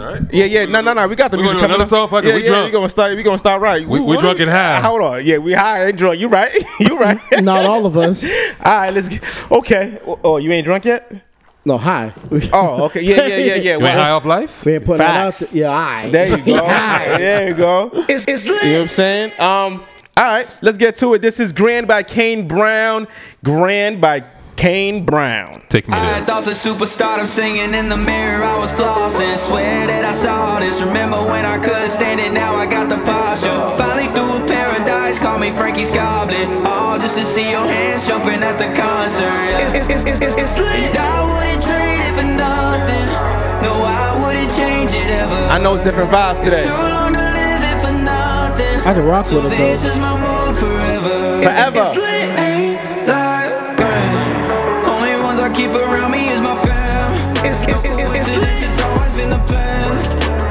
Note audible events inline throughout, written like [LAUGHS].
All right. Yeah, yeah, no, no, no. We got the We music gonna do coming another up. song? Fuck it, yeah, we yeah, drunk. we gonna start. We gonna start right. We- Ooh, we what drunk is- and high. Hold on. Yeah, we high and drunk. You right? [LAUGHS] you right? Not all of us. [LAUGHS] All right, let's get. Okay. Oh, you ain't drunk yet? No, hi. Oh, okay. Yeah, yeah, yeah, yeah. [LAUGHS] You ain't Well, high off life? We ain't putting that out Facts. there. Yeah, I. There [LAUGHS] you go. there you go. It's, it's You know what I'm saying? Um, all right, let's get to it. This is Grand by Kane Brown. Grand by Kane Brown. Take me I there. had thoughts of superstardom singing in the mirror. I was flossing. Swear that I saw this. Remember when I couldn't stand it? Now I got the posture. Finally through paradise. Call me Frankie's Goblin. All just to see your hands jumping at the concert. yeah. And I wouldn't trade it for nothing. No, I wouldn't change it ever. I know it's different vibes It's today. too long to live it for nothing. I can rock with So it, though. This is my mood forever. Forever. It's lit. Ain't like rain. Only ones I keep around me is my fam. It's, it's, it's, it's, it's lit. It's always been the plan.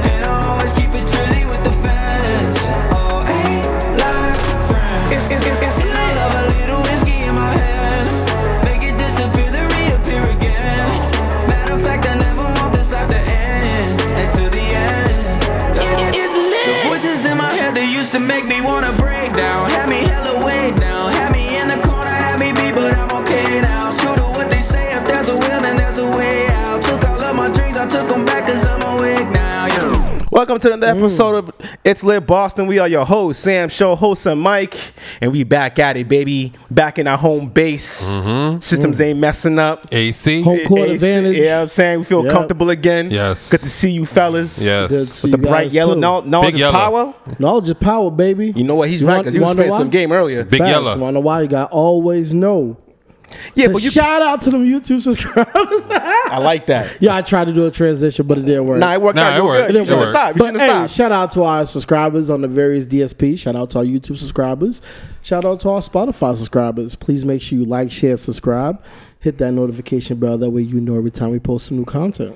And I always keep it chilly with the fans. Oh, ain't like rain. It's, it's, it's, it's lit. Love a little whiskey in my hand. Make it disappear, then reappear again. Matter of fact, I never want this life to end. And to the end. The voices in my head that used to make me wanna break down. Had me hella way down. Had me in the corner, had me beat, but I'm okay now. It's True to what they say, if there's a will, then there's a way out. Took all of my dreams, I took them back, cause I'm awake now. Yeah. Welcome to another Mm. episode of It's Lit Boston. We are your hosts, Sam Show, host and Mike, and we back at it, baby. Back in our home base. Mm-hmm. Systems ain't messing up. AC? Home Mm. court It's- advantage. Yeah, I'm saying we feel Yep. comfortable again. Yes. Good to see you, fellas. Yes. Good to see With the you bright guys, yellow, too. no, no Big yellow. power. Knowledge is power, baby. You know what? He's right want- because he you was wanna spitting why? some game earlier. Big Facts. yellow. Wanna why you got always know. yeah, But but you. shout out to them YouTube subscribers. [LAUGHS] I like that. yeah, I tried to do a transition, but it didn't work. Nah, it worked Nah, out. it You were worked. good. You It shouldn't worked. stop. You But shouldn't hey, stop. shout out to our subscribers on the various DSP. Shout out to our YouTube subscribers. Shout out to our Spotify subscribers. Please make sure you like, share, subscribe. Hit that notification bell. That way you know every time we post some new content.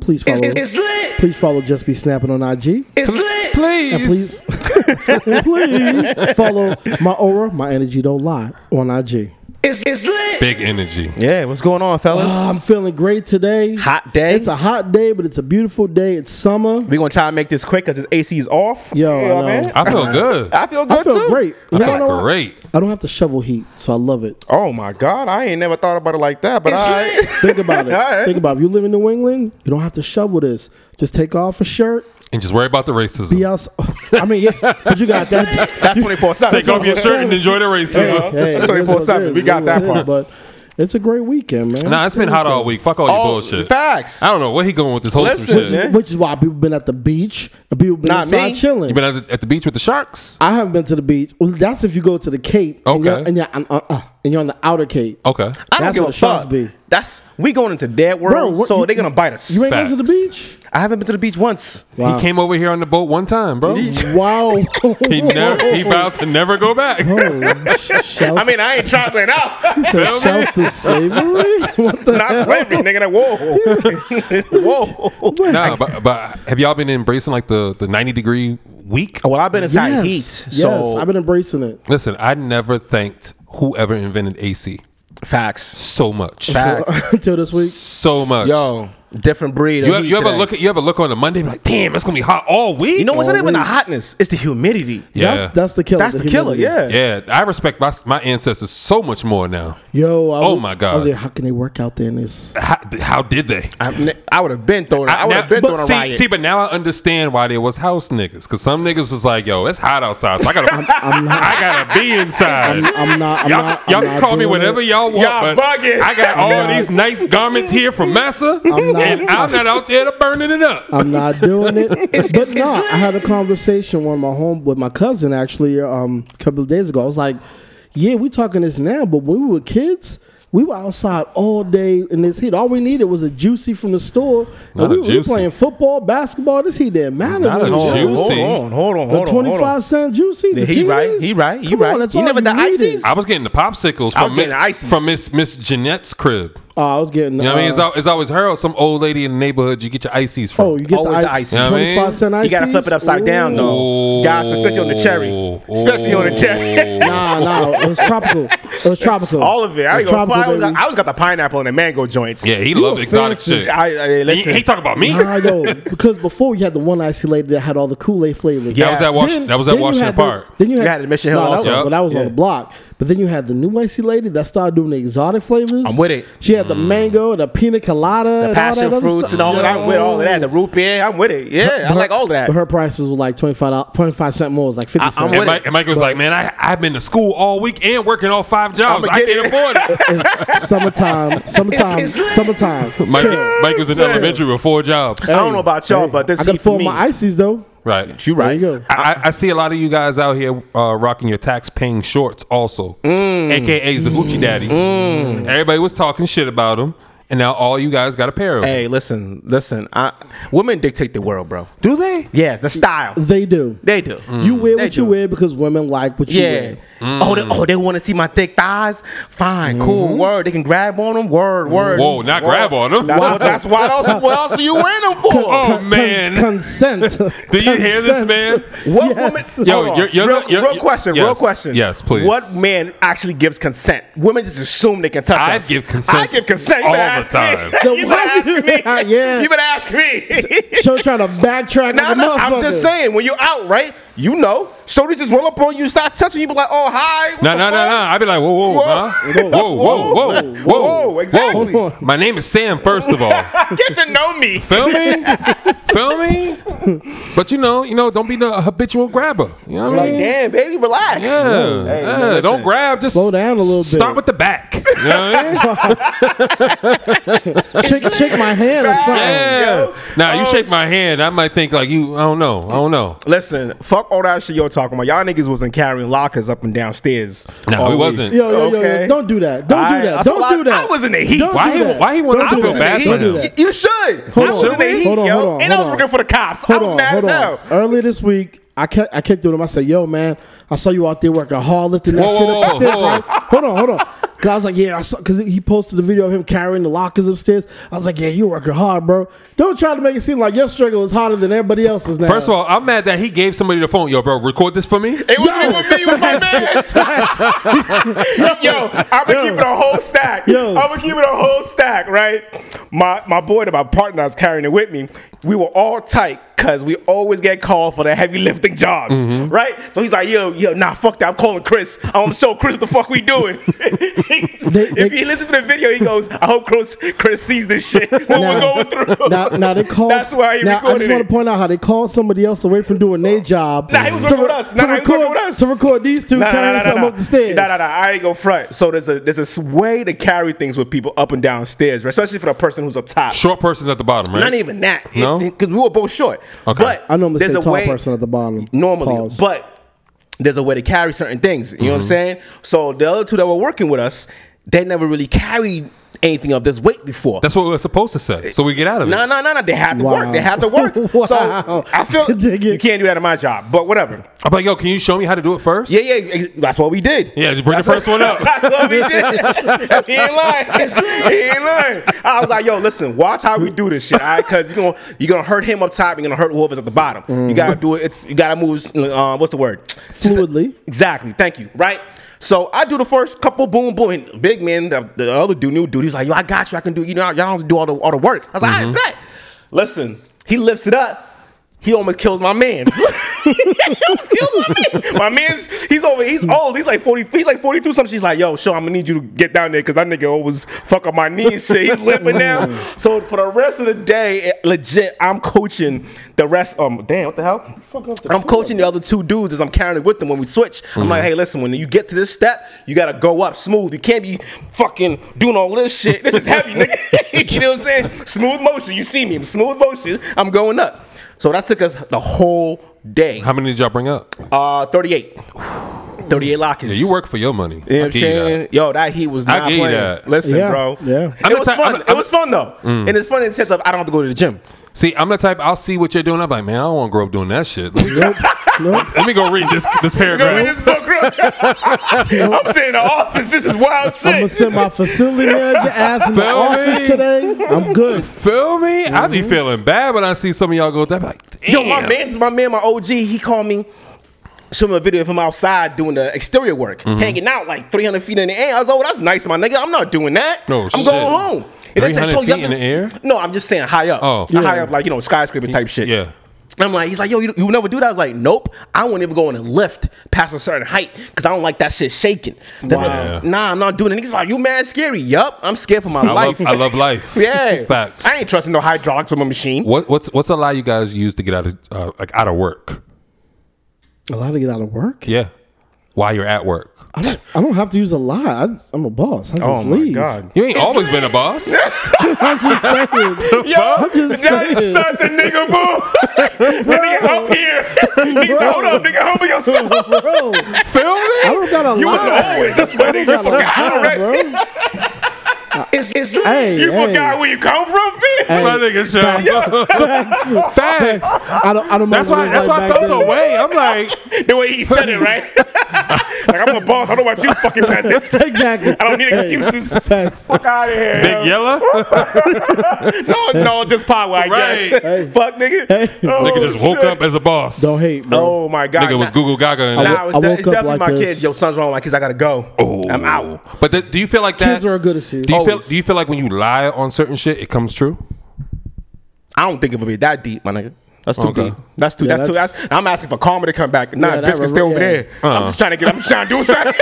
Please follow. lit. please follow. Just be snapping on IG. It's lit. And please, [LAUGHS] please follow my aura. My energy don't lie on IG. It's, it's lit. Big energy. Yeah, what's going on, fellas? Ah, I'm feeling great today. Hot day. It's a hot day, but it's a beautiful day. It's summer. We're gonna try and make this quick because this AC is off. Yo, You know what I know. mean? I feel good. I feel good I feel too. great. I You wanna know feel why? great. I don't have to shovel heat, so I love it. Oh my god, I ain't never thought about it like that. But It's I [LAUGHS] lit. Think about it. All right. Think about it. if you live in New England, you don't have to shovel this. Just take off a shirt. And just worry about the racism. Be outside. I mean, yeah, but you got [LAUGHS] that. that's twenty four seven. Take off your shirt and enjoy the racism. Hey, That's it is 24/7. what it We is. got It that is what it is, part. But it's a great weekend, man. Nah, it's been great hot all weekend. week. Fuck all Oh, you bullshit. facts. I don't know where he going with this whole Listen, shit. man. Which, which is why people been at the beach and people been Not inside me. chilling. You been at the, at the beach with the sharks? I haven't been to the beach. Well, that's if you go to the Cape and Okay. you're, and, you're, and, uh, uh, and you're on the outer Cape. Okay. I don't That's give where a the sharks fuck. be. That's we going into dead Bro, world, what- so you- they're gonna bite us. You ain't been to the Facts. beach? I haven't been to the beach once. Wow. He came over here on the boat one time, bro. He Wow. never, [LAUGHS] he vowed to never go back. Oh, sh- shouts, I mean, I ain't traveling [LAUGHS] out. he said shouts to slavery? [LAUGHS] What the Not [LAUGHS] slavery, nigga. Whoa, whoa. Nah, but, but have y'all been embracing like the, the 90 degree week? Well, I've been inside yes. heat, Yes, so I've been embracing it. Listen, I never thanked whoever invented AC [LAUGHS] facts, so much. facts. Until this week. So much. Yo, different breed. Of You, heat you ever today. look at you ever look on a Monday be like, damn, it's gonna be hot all week. You know what's not even the Already. hotness? It's the humidity. Yeah. That's, that's the killer. That's the, killer. humidity. Yeah. yeah, I respect my my ancestors so much more now. Yo, I Oh was- my God. I was like, how can they work out there in this? How, how did they? I, I would have been thrown. I, would now- have been but thrown a see, riot. see, but now I understand why there was house niggas. Because some niggas was like, "Yo, it's hot outside, so I [LAUGHS] gotta, I gotta be inside." I'm, I'm not. I'm y'all not. I'm y'all not can call me doing whatever it. y'all want, Y'all but bugging. I got all not- these nice garments here from Massa, and not- I'm not out there to burning it up. I'm not [LAUGHS] doing it. but it's- no, it's lit. I had a conversation with my home with my cousin actually um, a couple of days ago. I was like, "Yeah, we talking this now, but when we were kids, we were outside all day in this heat. All we needed was a juicy from the store, Not and a we were we juicy. playing football, basketball. This heat didn't matter. Not a when we were hold, kids. on, hold Juicy. on, hold on, The hold on. twenty five cent juicy. Yeah, he right, he right, he right. that's You all never you the needed. ices? I was getting the popsicles I was from Mi- getting the ices. from Miss Miss Jeanette's crib. Oh, I was getting. You know what I mean? uh, It's, al- it's always her or some old lady in the neighborhood you get your ices from. Oh, you get the, Always the I- icy. You know what I mean? 25 cent ices. You gotta flip it upside down, though. Oh. Guys, especially on the cherry. Especially on the cherry. [LAUGHS] Nah, nah, it was tropical. It was tropical. All of it. I, It ain't was gonna lie, I, was, baby. I was got the pineapple and the mango joints. Yeah, he You loved a exotic fancy shit. I, I, He, listen, he talk about me. Nah, [LAUGHS] I know because before you had the one isolated that had all the Kool Aid flavors. That was at Wash- Then- that was at then you Washington had the- Park. then you had, You had it at Mission Hill Nah, that also. was- but that was on Yeah. the block. But then you had the new icy lady that started doing the exotic flavors. I'm with it. She had the mango, the pina colada, and the all passion that other fruits stuff. and all that. I'm with all of Yo. that. The root beer, I'm with it. Yeah, I But her- like all of that. But her prices were like 25, 25 cent more. It was like 50 I- cents. I'm And, with Mike, it. and Mike was like, man, I, I've been to school all week and working all five jobs. I'ma I get can't afford it. [LAUGHS] [LAUGHS] It's summertime, summertime, It's- it's- summertime. Mike, Chill. Mike was in elementary with four jobs. I don't know about y'all, but this I is can heat for fill me. my ices though. Right. you right. There you go. I, I- I see a lot of you guys out here uh, rocking your tax paying shorts also, Mm. AKA's the Gucci daddies. Everybody was talking shit about them, and now all you guys got a pair of them. Hey, listen, listen. I, women dictate the world, bro. Do they? Yes, the style. They do. They do. Mm. You wear They what you do. wear because women like what you Yeah. wear. Oh, they, oh, they want to see my thick thighs. Fine, cool. Mm-hmm. Word. They can grab on them. Word, word. Whoa, not Word. grab on them. That's, what, that's why. Else, what else are you [LAUGHS] wearing them for? Oh, man. consent. [LAUGHS] Do you hear this, man? What Yes. woman? Yo, Hold on. you're- you're real, not- you're- real you're- question. Real yes. question. Yes, please. What man actually gives consent? Women just assume they can touch I us. give consent I give consent all you better the ask me. time. [LAUGHS] Then you why better you- ask me. [LAUGHS] Yeah. You better ask [LAUGHS] [LAUGHS] me. She'll try to backtrack. No, like a no, I'm motherfucker. just saying, when you're out, right? You know, shorty just roll up on you, start touching you, be like, oh, hi. what No, the no, no, no. fuck? I'd be like, whoa, whoa, Whoa. huh? whoa, whoa, whoa, whoa, whoa, Whoa, exactly. whoa. My name is Sam, first of all. Get to know [LAUGHS] me. Feel me? Feel me? But you know, you know, don't be the habitual grabber. You know what I Like, mean? damn, baby, relax. Yeah, Hey, yeah, man, don't listen. grab. Just Slow down a little Start bit. with the back. You know what [LAUGHS] I mean? shake, shake my hand or something. Yeah. Yo. Now you Oh, shake my hand, I might think like you. I don't know. I don't know. Listen, fuck all that shit y'all talking about. Y'all niggas wasn't carrying lockers up and downstairs. No, all we week. wasn't. Yo, yo, yo, Okay. yo, don't do that. Don't I- do that. that's Don't why do that. I was in the heat. Don't Why do he- that. why he wanna- Don't I do feel that. bad for Don't do him. that. You should. Hold I on. was in the heat, Hold on, yo. hold on, and I hold was on. working for the cops. I Hold was on, mad as hold hell. on. Earlier this week, I kept I kept doing him. I said, "Yo, man, I saw you out there working hard, lifting that Whoa, shit whoa, up upstairs." whoa. Right? Hold on, hold on. Cause I was like, "Yeah," I saw because he posted the video of him carrying the lockers upstairs. I was like, "Yeah, you working hard, bro. Don't try to make it seem like your struggle is harder than everybody else's." Now, First of all, I'm mad that he gave somebody the phone. Yo, bro, record this for me. It wasn't even me, it was my man. [LAUGHS] yo, I've been keeping a whole stack. Yo. I've been keeping a whole stack, right? My my boy that my partner was carrying it with me, we were all tight because we always get called for the heavy lifting jobs, Mm-hmm. right? So he's like, yo, yo, nah, fuck that. I'm calling Chris. I'm gonna show Chris what the fuck we doing. [LAUGHS] if they- he listens to the video, he goes, I hope Chris Chris sees this shit. [LAUGHS] What we're Now- going through. [LAUGHS] now, now [LAUGHS] they called. That's why he now, I recorded just want it. to point out how they called somebody else away from doing their job. Nah, he was to, working with us. Nah, to nah, he was record working with us. to record these two Nah, nah, carrying nah, nah, something nah. up the stairs. Nah, nah, nah. I ain't go front. So there's a there's a s- way to carry things with people up and down stairs, right? especially for the person who's up top. Short person's at the bottom, right? Not even that. No? because we were both short. Okay. But I normally there's say a tall way- person at the bottom. normally, Pause. but there's a way to carry certain things. You know Mm-hmm. what I'm saying? So the other two that were working with us, they never really carried anything of this weight before. That's what we were supposed to say. So we get out of No, it. no, no, no. They have to work. Wow. They have to work. [LAUGHS] Wow. So I [LAUGHS] feel Dig it. you can't do that in my job, but whatever. I'm like, yo, can you show me how to do it first? Yeah, yeah. ex- That's what we did. Yeah, just bring the first one up. [LAUGHS] That's what [LAUGHS] we did. he ain't lying. He ain't lying. I was like, yo, listen, watch how we do this shit, all right? Because you're gonna you're gonna hurt him up top, you're gonna hurt whoever's at the bottom. You gotta do it. It's you gotta move. Uh, what's the word? [LAUGHS] Fluidly. Exactly. Thank you. Right. So I do the first couple, boom, boom. And big man, the, the other dude, new dude, he's like, yo, I got you. I can do. You know, y'all don't do all the all the work. I was like, I bet. Listen, he lifts it up. He almost kills my man. [LAUGHS] he almost kills my man. My man's he's over. He's old. He's like forty. He's like forty two. Something. She's like, yo, sure, I'm gonna need you to get down there because that nigga always fuck up my knee and shit. He's limping now. So for the rest of the day, it- legit, I'm coaching the rest. Um, damn, what the hell? I'm coaching the other two dudes as I'm carrying it with them when we switch. I'm like, hey, listen, when you get to this step, you gotta go up smooth. You can't be fucking doing all this shit. This is heavy, nigga. [LAUGHS] you know what I'm saying? Smooth motion. You see me, smooth motion. I'm going up. So that took us the whole day. How many did y'all bring up? Uh, 38. 38 lockers. Yeah, you work for your money. You know I what I'm give you that. saying? Yo, that heat was I not give you playing. that. Listen, Yeah, bro. yeah. It I'm was the type- fun. I'm Mm. the- I'm it was fun though. And it's fun in the sense of I don't have to go to the gym. See, I'm the type I'll see what you're doing. I'm like, man, I don't want to grow up doing that shit. Like, [LAUGHS] Nope. nope. let me go read this this paragraph. I'm sitting in the office. This is wild shit. I'm gonna send my facility manager ass in the Feel office me? today. I'm good. Feel me? I be Mm-hmm. feeling bad when I see some of y'all go. That like, damn. Yo, my man's my man, my OG. He called me, showed me a video of him outside doing the exterior work, Mm-hmm. hanging out like 300 feet in the air. I was like, oh, that's nice, my nigga. I'm not doing that. No I'm shit. going home. And they said, 300 "Yo, feet y'all in can-" the air? No, I'm just saying high up. Oh. Not high Yeah. up, like you know, skyscrapers type shit. Yeah. And I'm like, he's like, yo, you, you would never do that. I was like, nope, I won't even go on a lift past a certain height because I don't like that shit shaking. Then, Wow. Yeah. Nah, I'm not doing it. Niggas like, you mad scary? Yup, I'm scared for my I life. love, I love life. [LAUGHS] yeah, Facts. I ain't trusting no hydraulics from a machine. What, what's what's a lie you guys use to get out of uh, like out of work? Allowed to get out of work. Yeah, while you're at work, I don't. I don't have to use a lie. I, I'm a boss. I just Oh my leave. god. you ain't always been [LAUGHS] a boss. [LAUGHS] I'm just saying. Yo, I'm just that is saying. [LAUGHS] such a nigga move. [LAUGHS] nigga, help here. Nigga, hold up, nigga, help yourself. Bro, I Feel me? don't got a You was lie. always this way, nigga. You I don't forgot, got a lie, right? bro. It's, it's like Hey, You hey. forgot where you come from, bitch. Hey, My nigga, Sean. [LAUGHS] Facts. Facts. I don't. I don't. That's why. remember That's what why I it was like back felt then. away. I'm like, The way he said it, right? like I'm a boss. I don't know about you, fucking [LAUGHS] peasant. [LAUGHS] Exactly. I don't need Hey, excuses. Facts. Fuck out of here. big yellow. No, no, just pot where I Right. guess. Hey. [LAUGHS] Fuck, nigga. Oh, Hey. nigga just woke shit. up as a boss. Don't hate, bro. Oh my god. Nigga was Nah. Google Gaga and Nah, that. it's, I de- woke it's up definitely like my this. kids. Yo, son's wrong. My kids, I gotta go. Oh. I'm out. But th- do you feel like that? Kids are good Oh. at shit. Do you feel? Always. Do you feel like when you lie on certain shit, it comes true? I don't think it would be that deep, my nigga. That's too Okay. deep. That's too. Yeah, that's, that's- too. That's, I'm asking for karma to come back. Nah, Yeah, that biscuits stay re- over yeah. Uh-huh. there. I'm just trying to get. I'm just trying to do [LAUGHS] something.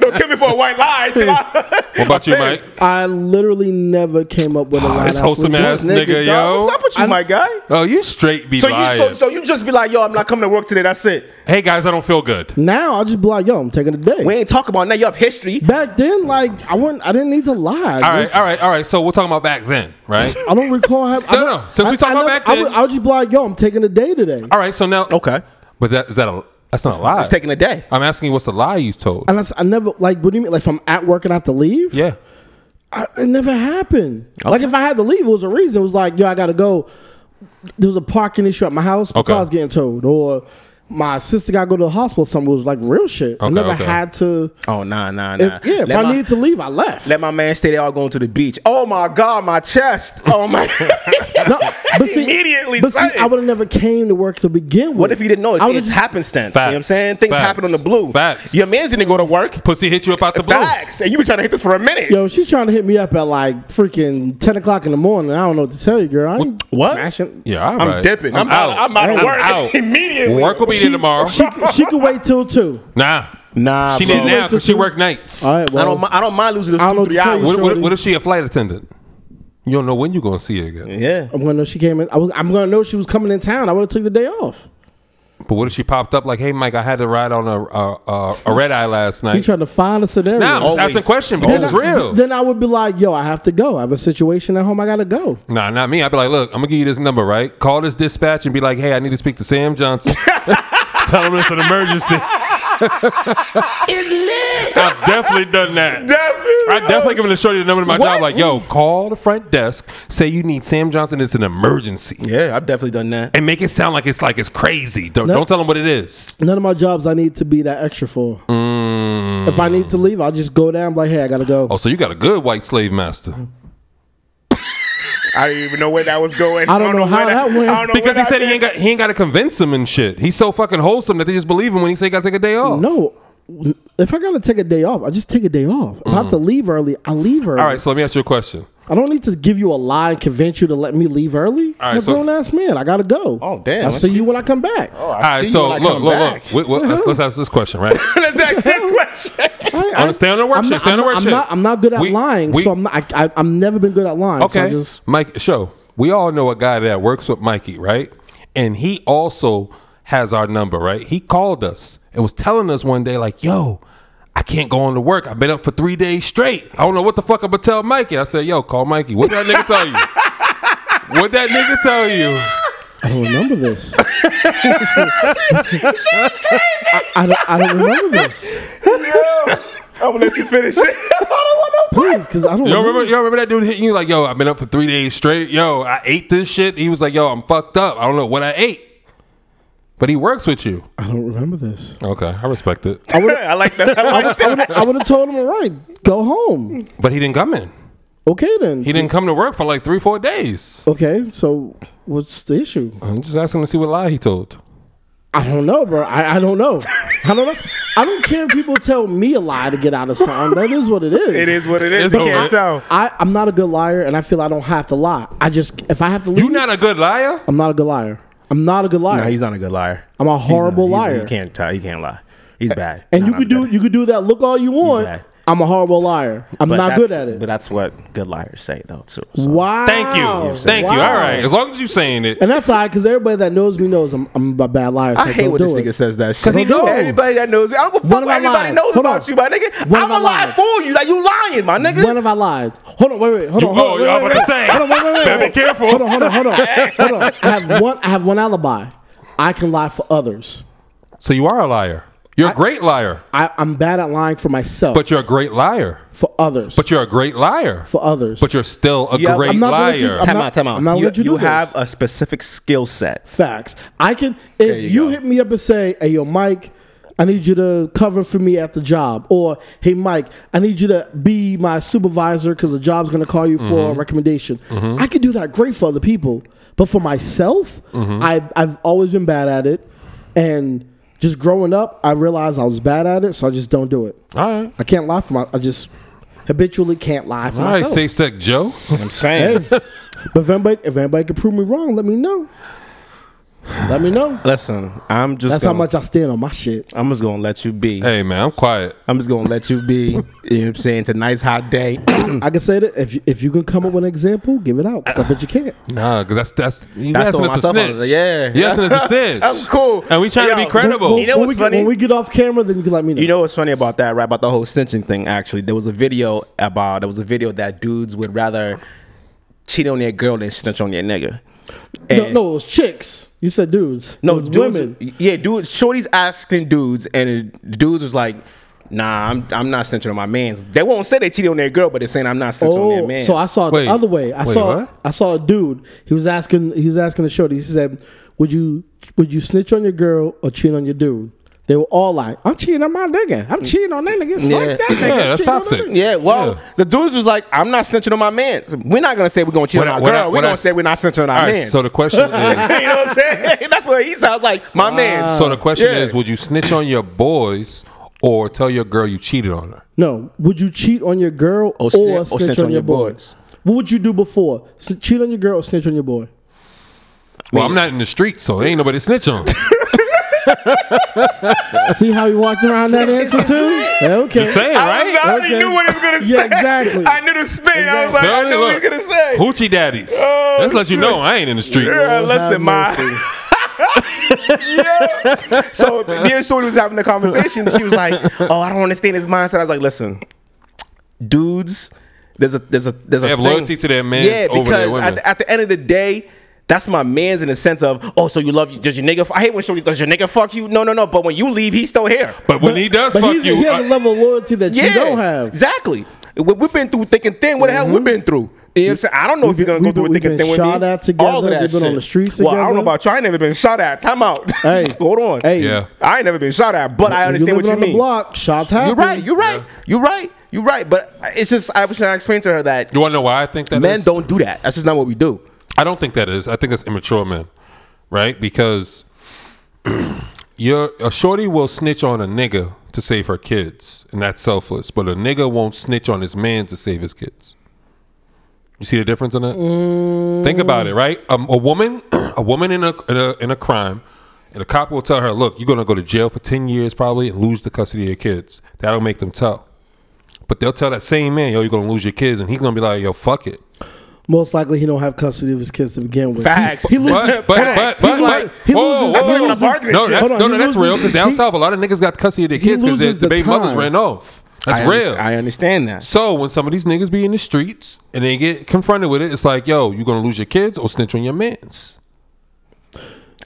don't kill me for a white lie. Chill out. What about you, Mike? I literally never came up with a lie. This that wholesome was- ass This nigga, Dog, yo. What's up with you, my guy? Oh, you straight be So you, lying. so, so you just be like, yo, I'm not coming to work today. That's it. hey guys, I don't feel good. Now I'll just be like, yo, I'm taking a day. We ain't talking about now. You have history. Back then, like I wouldn't, I didn't need to lie. All right, Just- all right, all right. So we're talking about back then, [LAUGHS] right? I don't recall. How, No, I don't- no, since we I- talking I about never- back then- I would, I would just be like, yo, I'm taking a day today, all right. So now, Okay. But that is that a? That's not a lie. It's taking a day. I'm asking you, what's the lie you told? and I, s- I never like. What do you mean? Like, if I'm at work and I have to leave? yeah. I, it never happened. Like, if I had to leave, it was a reason. It was like, yo, I gotta go. There was a parking issue at my house. My Okay. car's getting towed, or my sister got to go to the hospital. or Something It was like real shit. I Okay, never okay. had to. Oh nah, nah, If, yeah, if Let I my- needed to leave, I left. Let my man stay there all going to the beach. Oh my God, my chest. Oh [LAUGHS] my. [LAUGHS] No, but see, Immediately but see, say it. I would have never came to work to begin with. what if you didn't know? It's, I would've it's just- happenstance. You know what I'm Facts. saying? Things Facts. happen on the blue. Facts. Your man's didn't go to work. Pussy hit you up out the blue. Facts. And you been trying to hit this for a minute. Yo, she's trying to hit me up at like freaking ten o'clock in the morning. I don't know what to tell you, girl. I ain't What? Smashing. Yeah, all I'm right. dipping. I'm out- I'm out of [LAUGHS] work immediately. Work will be there tomorrow. She, she could wait till two. nah, Nah, she bro. did now wait till because she two. worked nights. All right, I well, don't. mi- I don't mind losing I those don't know two what three to tell hours. you, What, what, Shorty. what if she a flight attendant? You don't know when you're gonna see her again. Yeah. I'm gonna know she came in. I was, I'm gonna know she was coming in town. I would have took the day off. But what if she popped up like, "Hey, Mike, I had to ride on a a, a, a red eye last You night." trying to find a Oh, scenario? Nah, I'm just asking a question because it's I- real. Then I would be like, yo, I have to go. I have a situation at home. I gotta go. Nah, not me. I'd be like, "Look, I'm gonna give you this number, right? Call this dispatch and be like, "Hey, I need to speak to Sam [LAUGHS] Johnson. Tell him it's an emergency." it's lit. I've definitely done that. I definitely given the shorty the number to my What? job. Like, yo, call the front desk. Say you need Sam Johnson. It's an emergency, Yeah, I've definitely done that. and make it sound like it's like it's crazy. Don't, don't tell them what it is. None of my jobs I need to be that extra for. Mm. If I need to leave, I'll just go down. I'm like, hey, I gotta go. Oh, so you got a good white slave Mm-hmm. master I didn't even know where that was going. I don't know how where that went. I don't know where because he that said he ain't got he ain't got to convince him and shit. He's so fucking wholesome that they just believe him when he say he got to take a day off. No, if I gotta take a day off, I just take a day off. If I have to leave early, I leave early. Mm-hmm. All right, so let me ask you a question. I don't need to give you a lie and convince you to let me leave early. All right, I'm a so- grown ass man. I gotta go. Oh, damn. Oh, I'll see you when I come back. I All right, see you so when I look, come look, back. look. Wait, wait, let's, let's ask this question, [LAUGHS] right? Let's ask this [LAUGHS] question. I, I'm- Oh, stay on the work I'm shift, not- stay on I'm the not- work I'm shift. Not, I'm not good at We- lying, we- so I'm not, I, I, I'm never been good at lying. So I Okay. just Mike, show. We all know a guy that works with Mikey, right? And he also has our number, right? He called us and was telling us one day, like, yo, I can't go on to work. I've been up for three days straight. I don't know what the fuck I'm gonna tell Mikey. I said, yo, call Mikey. What that nigga tell you? [LAUGHS] What that nigga tell you? I don't remember [LAUGHS] this. I, I don't I don't remember this. I'm gonna let you finish it. I don't want please, because I don't. Yo, remember, yo, remember that dude hitting you like, yo, I've been up for three days straight. Yo, I ate this shit. He was like, yo, I'm fucked up. I don't know what I ate. But he works with you. I don't remember this. Okay, I respect it. I, like that. I like that. I would have told him, all right, go home. But he didn't come in. Okay then. He didn't come to work for like three, four days. okay, so what's the issue? I'm just asking to see what lie he told. I don't know, bro. I, I don't know. I don't know. I don't care if people tell me a lie to get out of something. That is what it is. It is what it is. It's You over. can't tell. I, I'm not a good liar, and I feel I don't have to lie. I just if I have to, leave, You not a good liar? I'm not a good liar. I'm not a good liar. Nah, he's not a good liar. I'm a He's not- horrible he's- liar. You can't tell. You can't lie. He's bad. and Nah, you nah, could do nah. you could do that look all you want. bad. I'm a horrible liar. I'm But not good that's- at it. But that's what good liars say, though. Too. So. wow. Thank you. Thank you. Wow. All right. As long as you saying it. And that's all right, because everybody that knows me knows I'm, I'm a bad liar. So I hate don't when do this it. nigga says that shit. 'Cause he Don't do know. it. Everybody that knows me, I don't give a When fuck am what I everybody lying? knows Hold about on. you, my nigga. I'm When am a I lying? lie for you. Like you lying, my nigga. When have I lied? Hold on, wait, wait, hold on. You- hold oh, on, wait, yeah, I'm about wait, to wait. say. Hold on, wait, wait, wait, Better be wait. careful. Hold on, hold on, hold on, hold [LAUGHS] on. I have one. I have one alibi. I can lie for others. So you are a liar. You're a great liar. I, I'm bad at lying for myself, But you're a great liar. for others, But you're a great liar. for others, But you're still a Yeah, great I'm not gonna let you- liar. I'm Time not- out, time out. I'm not you let you do you this. have a specific skill set. facts. I can. If you you, go. hit me up and say, "Hey, yo, Mike." I need you to cover for me at the job, or hey Mike, I need you to be my supervisor because the job's gonna call you for a Mm-hmm. recommendation. I can do that great for other people, but for myself, Mm-hmm. I, I've always been bad at it, and just growing up, I realized I was bad at it, so I just don't do it. All right. I can't lie for my. I just habitually can't lie for All right, myself. safe sec Joe. I'm saying. But if anybody, if anybody can prove me wrong, let me know. Let me know. [LAUGHS] Listen, I'm just. That's how gonna, much I stand on my shit. I'm just gonna let you be. Hey man, I'm quiet. I'm just gonna let you [LAUGHS] be. you know what I'm saying? It's a nice hot day. [CLEARS THROAT] I can say that if you, if you can come up with an example, give it out. 'cause I bet you can't. Nah, because that's that's you That's asking throwing us a myself out snitch. there. Yeah. you asking [LAUGHS] us a snitch. I'm cool. and we trying to Yo, be credible. When, You know when what's we get, funny? when we get off camera, then you can let me know. You know what's funny about that, right? About the whole snitching thing. Actually, there was a video about there was a video that dudes would rather cheat on their girl than snitch on their nigga. no, And- no, it was chicks. You said dudes. No, it was dudes- women. Yeah, dudes. Shorty's asking dudes, and the dudes was like, "Nah, I'm I'm not snitching on my man's." They won't say they cheated on their girl, but they're saying I'm not snitching on their Oh, man. so I saw it Wait, the other way. I wait, saw what? I saw a dude. He was asking he was asking the shorty. He said, "Would you would you snitch on your girl or cheat on your dude?" They were all like, "I'm cheating on my nigga. I'm cheating on that nigga. Fuck Yeah. that nigga. Yeah, that's Cheating on toxic. that nigga." yeah, well, Yeah. the dudes was like, "I'm not snitching on my man's." We're not gonna say we're gonna cheat When on I- our when I- girl. We're when I gonna say s- we're not snitching on our All right, man's. so the question is [LAUGHS] you know what I'm saying? [LAUGHS] That's what he sounds like. My man. So the question Yeah. is, would you snitch on your boys or tell your girl you cheated on her? No, would you cheat on your girl or, sni- snitch, on, your boy? What would you do before? S- cheat on your girl or snitch on your boy? Well, I'm not in the street, so ain't nobody snitch [LAUGHS] on. See how he walked around [LAUGHS] that It's- answer it's- too? it's- Yeah, Okay. Saying I, was- I right? already Okay. knew what he was gonna say. Yeah, [LAUGHS] exactly. I knew the spin. I was like, Tell I me, knew what he look, was gonna say. Hoochie daddies. Oh, Let's let you shit. know I ain't in the streets. Yeah, Lord have listen, mercy. my. [LAUGHS] yeah. So me and Shorty was having a conversation. She was like, "Oh, I don't understand his mindset." I was like, "Listen, dudes, there's a there's a there's a have thing. loyalty to their mans Yeah, over because their women. At, the, at the end of the day." That's my man's in the sense of, oh, so you love you? Does your nigga? f- I hate when Shorty does your nigga fuck you? No, no, no. But when you leave, he's still here. But when he does But fuck he's, you, he has uh, a level of loyalty that you don't have. Mm-hmm. Exactly. We- We've been through thick and thin. What the hell we've been through? You know what I'm saying? I don't know if We've you're gonna been- go through we've thick and been thin with shot me. at together. All of that We've been on shit. the streets Well, I don't know together. about you. I ain't never been shot at. Time out. [LAUGHS] Hey. hold on. Hey. Yeah. I ain't never been shot at, but I When understand living what you on mean. the block, shots happen. You're right. You're right. You're right. You're right. But it's just I was trying to explain to her that you want to know why I think that men is? don't do that. That's just not what we do. I don't think that is. I think it's immature men, right? Because [CLEARS THROAT] you're, a shorty will snitch on a nigga to save her kids, and that's selfless. But a nigga won't snitch on his man to save his kids. You see the difference in that? Think about it, right? Um, a woman, [CLEARS THROAT] a woman in a, in a in a crime, and a cop will tell her, "Look, you're gonna go to jail for ten years probably and lose the custody of your kids." That'll make them tell. But they'll tell that same man, "Yo, you're gonna lose your kids," and he's gonna be like, "Yo, fuck it." Most likely, he don't have custody of his kids to begin with. Facts. He, he loses- But but but Facts. but, He but loses- he whoa, loses- whoa, he whoa. loses- no, Hold that's, on, no, he no, that's loses- real because down he- south a lot of niggas got custody of their He kids because their loses the the baby mothers time. ran off. That's I real. underst- I understand that. so when some of these niggas be in the streets and they get confronted with it, it's like, yo, you gonna lose your kids or snitch on your mans.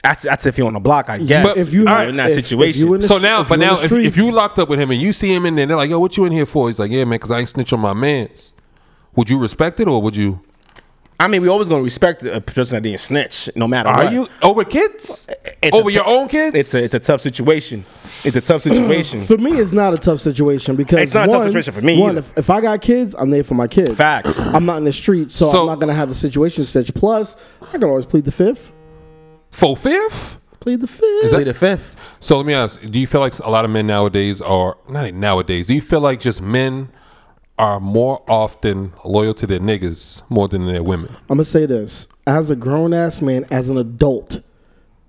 That's that's if you're on the block, I guess. But- if If you you- are Alright. in that if- if situation, you in the- So now, if but you in now, the if, if you streets- locked up with him and you see him in there, they're like, "Yo, what you in here for?" He's like, "Yeah, man, because I ain't snitch on my man's." Would you respect it or would you? I mean, we always gonna respect a person that didn't snitch, no matter. Are what. you over kids? It's a over tou- your own kids? It's a it's a tough situation. It's a [CLEARS THROAT] tough situation. For me, it's not a tough situation because It's not a one, tough situation for me One, either. if, if I got kids, I'm there for my kids. Facts. I'm not in the street, so, So- I'm not gonna have the situation such. Plus, I can always plead the fifth. for fifth. Plead the fifth. that- the fifth. So let me ask: Do you feel like a lot of men nowadays are not even nowadays? Do you feel like just men are more often loyal to their niggas more than their women? I'm gonna say this: as a grown ass man, as an adult,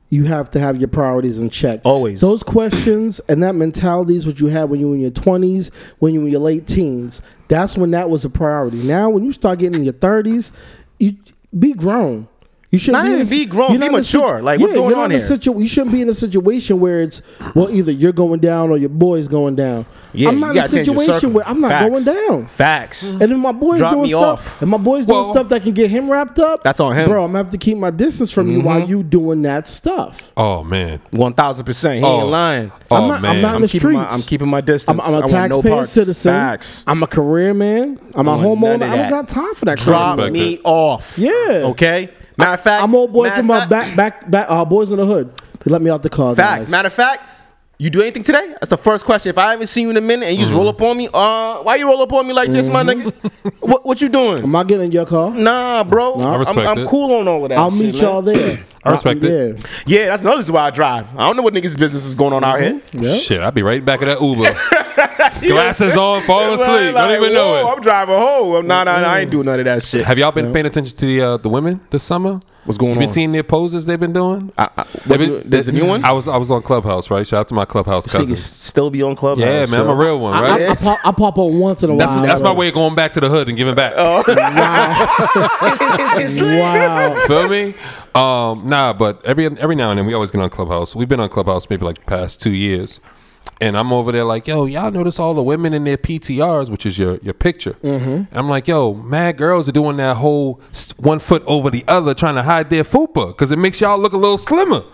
you have to have your priorities in check. Always. Those questions and that mentality is what you had when you were in your 20s, when you were in your late teens. That's when that was a priority. Now, when you start getting in your 30s, you be grown. You should Not even be grown, be mature. Like, what's going on in a here? situ- you shouldn't be in a situation where it's well either you're going down or your boy's going down. I'm you not in a gotta change your circle. situation where I'm not Facts. going down. Facts. And if my boy's Drop doing me stuff, off. if my boy's doing Well- stuff that can get him wrapped up, That's on him. Mm-hmm. bro. I'm gonna have to keep my distance from you while you doing that stuff. Oh man, One thousand percent. He Oh. ain't lying. oh I'm not- I'm man, not in I'm the keeping, my, streets. I'm keeping my distance. I'm, I'm a I want no taxpaying parts. citizen. Facts. I'm a career man. I'm a I want none homeowner. of I that. don't got time for that. Drop crap. respect me this. off. Yeah. Okay. Matter of fact, I'm old boy matter from of my fact- back, back, back. Uh, boys in the hood. They let me out the car. Facts. guys. Matter of fact, you do anything today? That's the first question. If I haven't seen you in a minute and you Mm-hmm. just roll up on me, uh, why you roll up on me like this, my Mm-hmm. nigga? what what you doing? Am I getting in your car? Nah, bro. I respect am I'm it. cool on all of that. I'll shit, meet man. [CLEARS THROAT] y'all there. I respect it. Yeah. Yeah, that's another reason why I drive. I don't know what niggas' business is going on out here. Yeah. shit! I'd be right back at that Uber. [LAUGHS] Glasses on, falling Like, asleep. Don't like, even know whoa, it. I'm driving home. I'm not. I ain't doing none of that shit. Have y'all been paying attention to the uh, the women this summer? What's going you been on? seeing their poses they've been doing? I- I- They've what been- do- there's a new one? I was I was on Clubhouse, right? Shout out to my Clubhouse cousins. still be on club. Yeah, man, I'm a real one, right? I, I, pop, I pop on once in a that's while. that's my though. way of going back to the hood and giving Oh, back. It's, it's, it's, it's [LAUGHS] lit. Wow. Feel me? Um, nah, but every every now and then we always get on Clubhouse. We've been on Clubhouse maybe like the past two years, and I'm over there like, yo, y'all notice all the women in their PTRs, which is your your picture. Mm-hmm. And I'm like, yo, mad girls are doing that whole s- one foot over the other, trying to hide their fupa because it makes y'all look a little slimmer.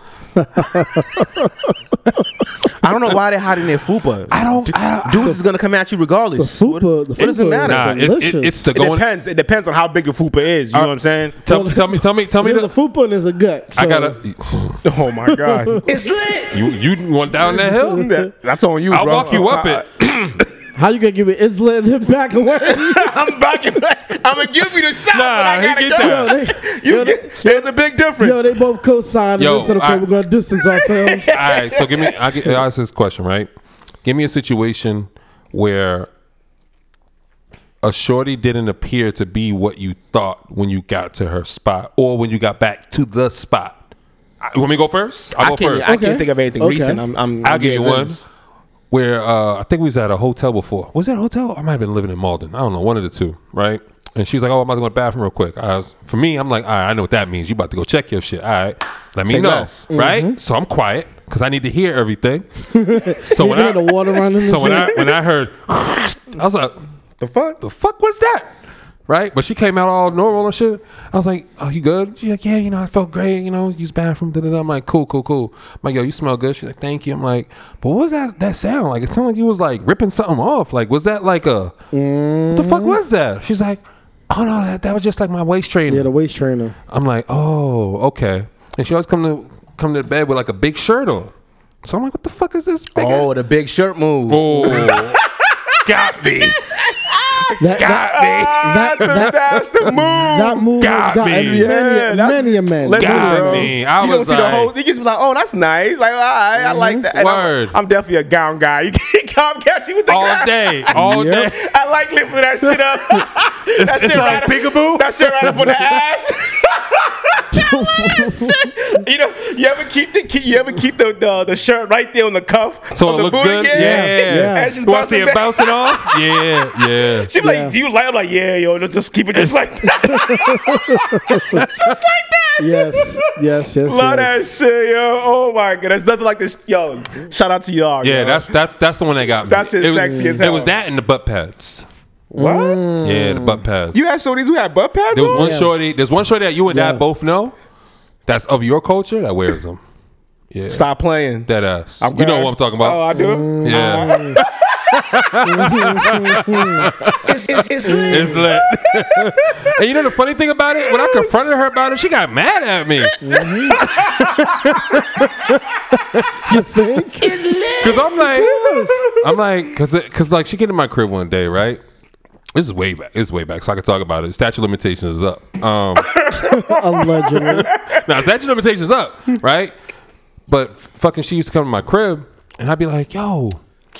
I don't know why they're hiding their fupa. I don't. I, I- Dudes is gonna come at you regardless. The fupa- What- the what does it fupa matter? nah, is it, it- delicious. it's the It going. Uh, depends. It depends on how big your fupa is. You know what I'm saying? Tell, tell me, tell me, tell me. There's The, a fupa and there's a gut. So I gotta. [LAUGHS] Oh my god, It's lit. You you want down that [LAUGHS] hill? That- that's on you, I'll bro. walk you up I- it. How you gonna give me Island him back away? [LAUGHS] I'm backing back. I'm gonna give you the shot. Nah, but I he gotta get go. that. Yo, they- You yo, get- there's a big difference. Yo, they both co-signed. Yo, and said, okay, I- we're gonna distance ourselves. All right, so give me. I get, I ask this question, right? Give me a situation where a shorty didn't appear to be what you thought when you got to her spot, or when you got back to the spot. I, you want me to go first? I'll I go can't. first. I Okay. can't think of anything Okay. recent. I'm. I'm I'll I'm give you getting one serious. where uh, I think we was at a hotel before. Was that a hotel? I might have been living in Malden. I don't know, one of the two, right? And she's like, "Oh, I'm about to go to the bathroom real quick." I was, for me, I'm like, "All right, I know what that means. You about to go check your shit. All right, let me Say know, less. right?" So I'm quiet because I need to hear everything. so You when I hear the water running. so and when shit? I when I heard, [LAUGHS] I was like, The fuck? "The fuck was that?" Right? But she came out all normal and shit. I was like, "Oh, you good?" She's like, "Yeah, you know, I felt great. You know, use bathroom." Da, da, da. I'm like, "Cool, cool, cool." I'm like, "Yo, you smell good." She's like, "Thank you." I'm like, "But what was that that sound like? It sounded like you was like ripping something off. Like, was that like a what the fuck was that?" She's like, "Oh no, that, that was just like my waist training." yeah, the waist trainer. I'm like, "Oh, okay." And she always come to come to bed with like a big shirt on. So I'm like, "What the fuck is this?" Big [LAUGHS] Oh, the big shirt move. [LAUGHS] [LAUGHS] Oh, got me. That that, Got me. that, [LAUGHS] that, That's the move. that move Got has gotten me. many, Yeah, that's- many a man. Listen, God, bro. me. I you was don't see like- the whole. Niggas be like, oh, that's nice. Like, all right, I Mm-hmm. like that. And I'm- Word. I'm, definitely a gown guy. You [LAUGHS] can't come catch me with the All gown. day. All Yep. day. [LAUGHS] I like lifting that shit [LAUGHS] up. [LAUGHS] that it's like right up- peekaboo. That shit right up on the ass. [LAUGHS] you know, you ever keep the keep, you ever keep the, the the shirt right there on the cuff, So on it the looks booty good? again? Yeah, yeah. [LAUGHS] And she's You want to see bouncing it bouncing back. [LAUGHS] off? Yeah, yeah. She be like, Yeah. "Do you like?" I'm like, "Yeah, yo, just keep it just like that." [LAUGHS] yes, yes, yes, Love that yes. shit, yo. Oh my god, there's nothing like this, yo. Shout out to y'all. Yeah, yo. that's that's that's the one that got me. That shit's it was, sexy as It hell. was that and the butt pads. what Yeah, the butt pads. Hmm. you had. Shorties who had butt pads. Mm. there was on? one Yeah. shorty. There's one shorty that you and Yeah. I both know. That's of your culture that wears them. Yeah. Stop playing. That Mm. ass. I'm you know glad- what I'm talking Oh, I about. do. yeah. It's, it's, it's lit. It's lit. [LAUGHS] and you know the funny thing about it? When I confronted her about it, she got mad at me. You think? [LAUGHS] It's lit. Cause I'm like, I'm like, cause, it, cause like she came to my crib one day, right? This is way back. It's way back, so I can talk about it. Statute of limitations is up. Um, Allegedly. now statute of limitations up, right? But f- fucking, she used to come to my crib, and I'd be like, yo,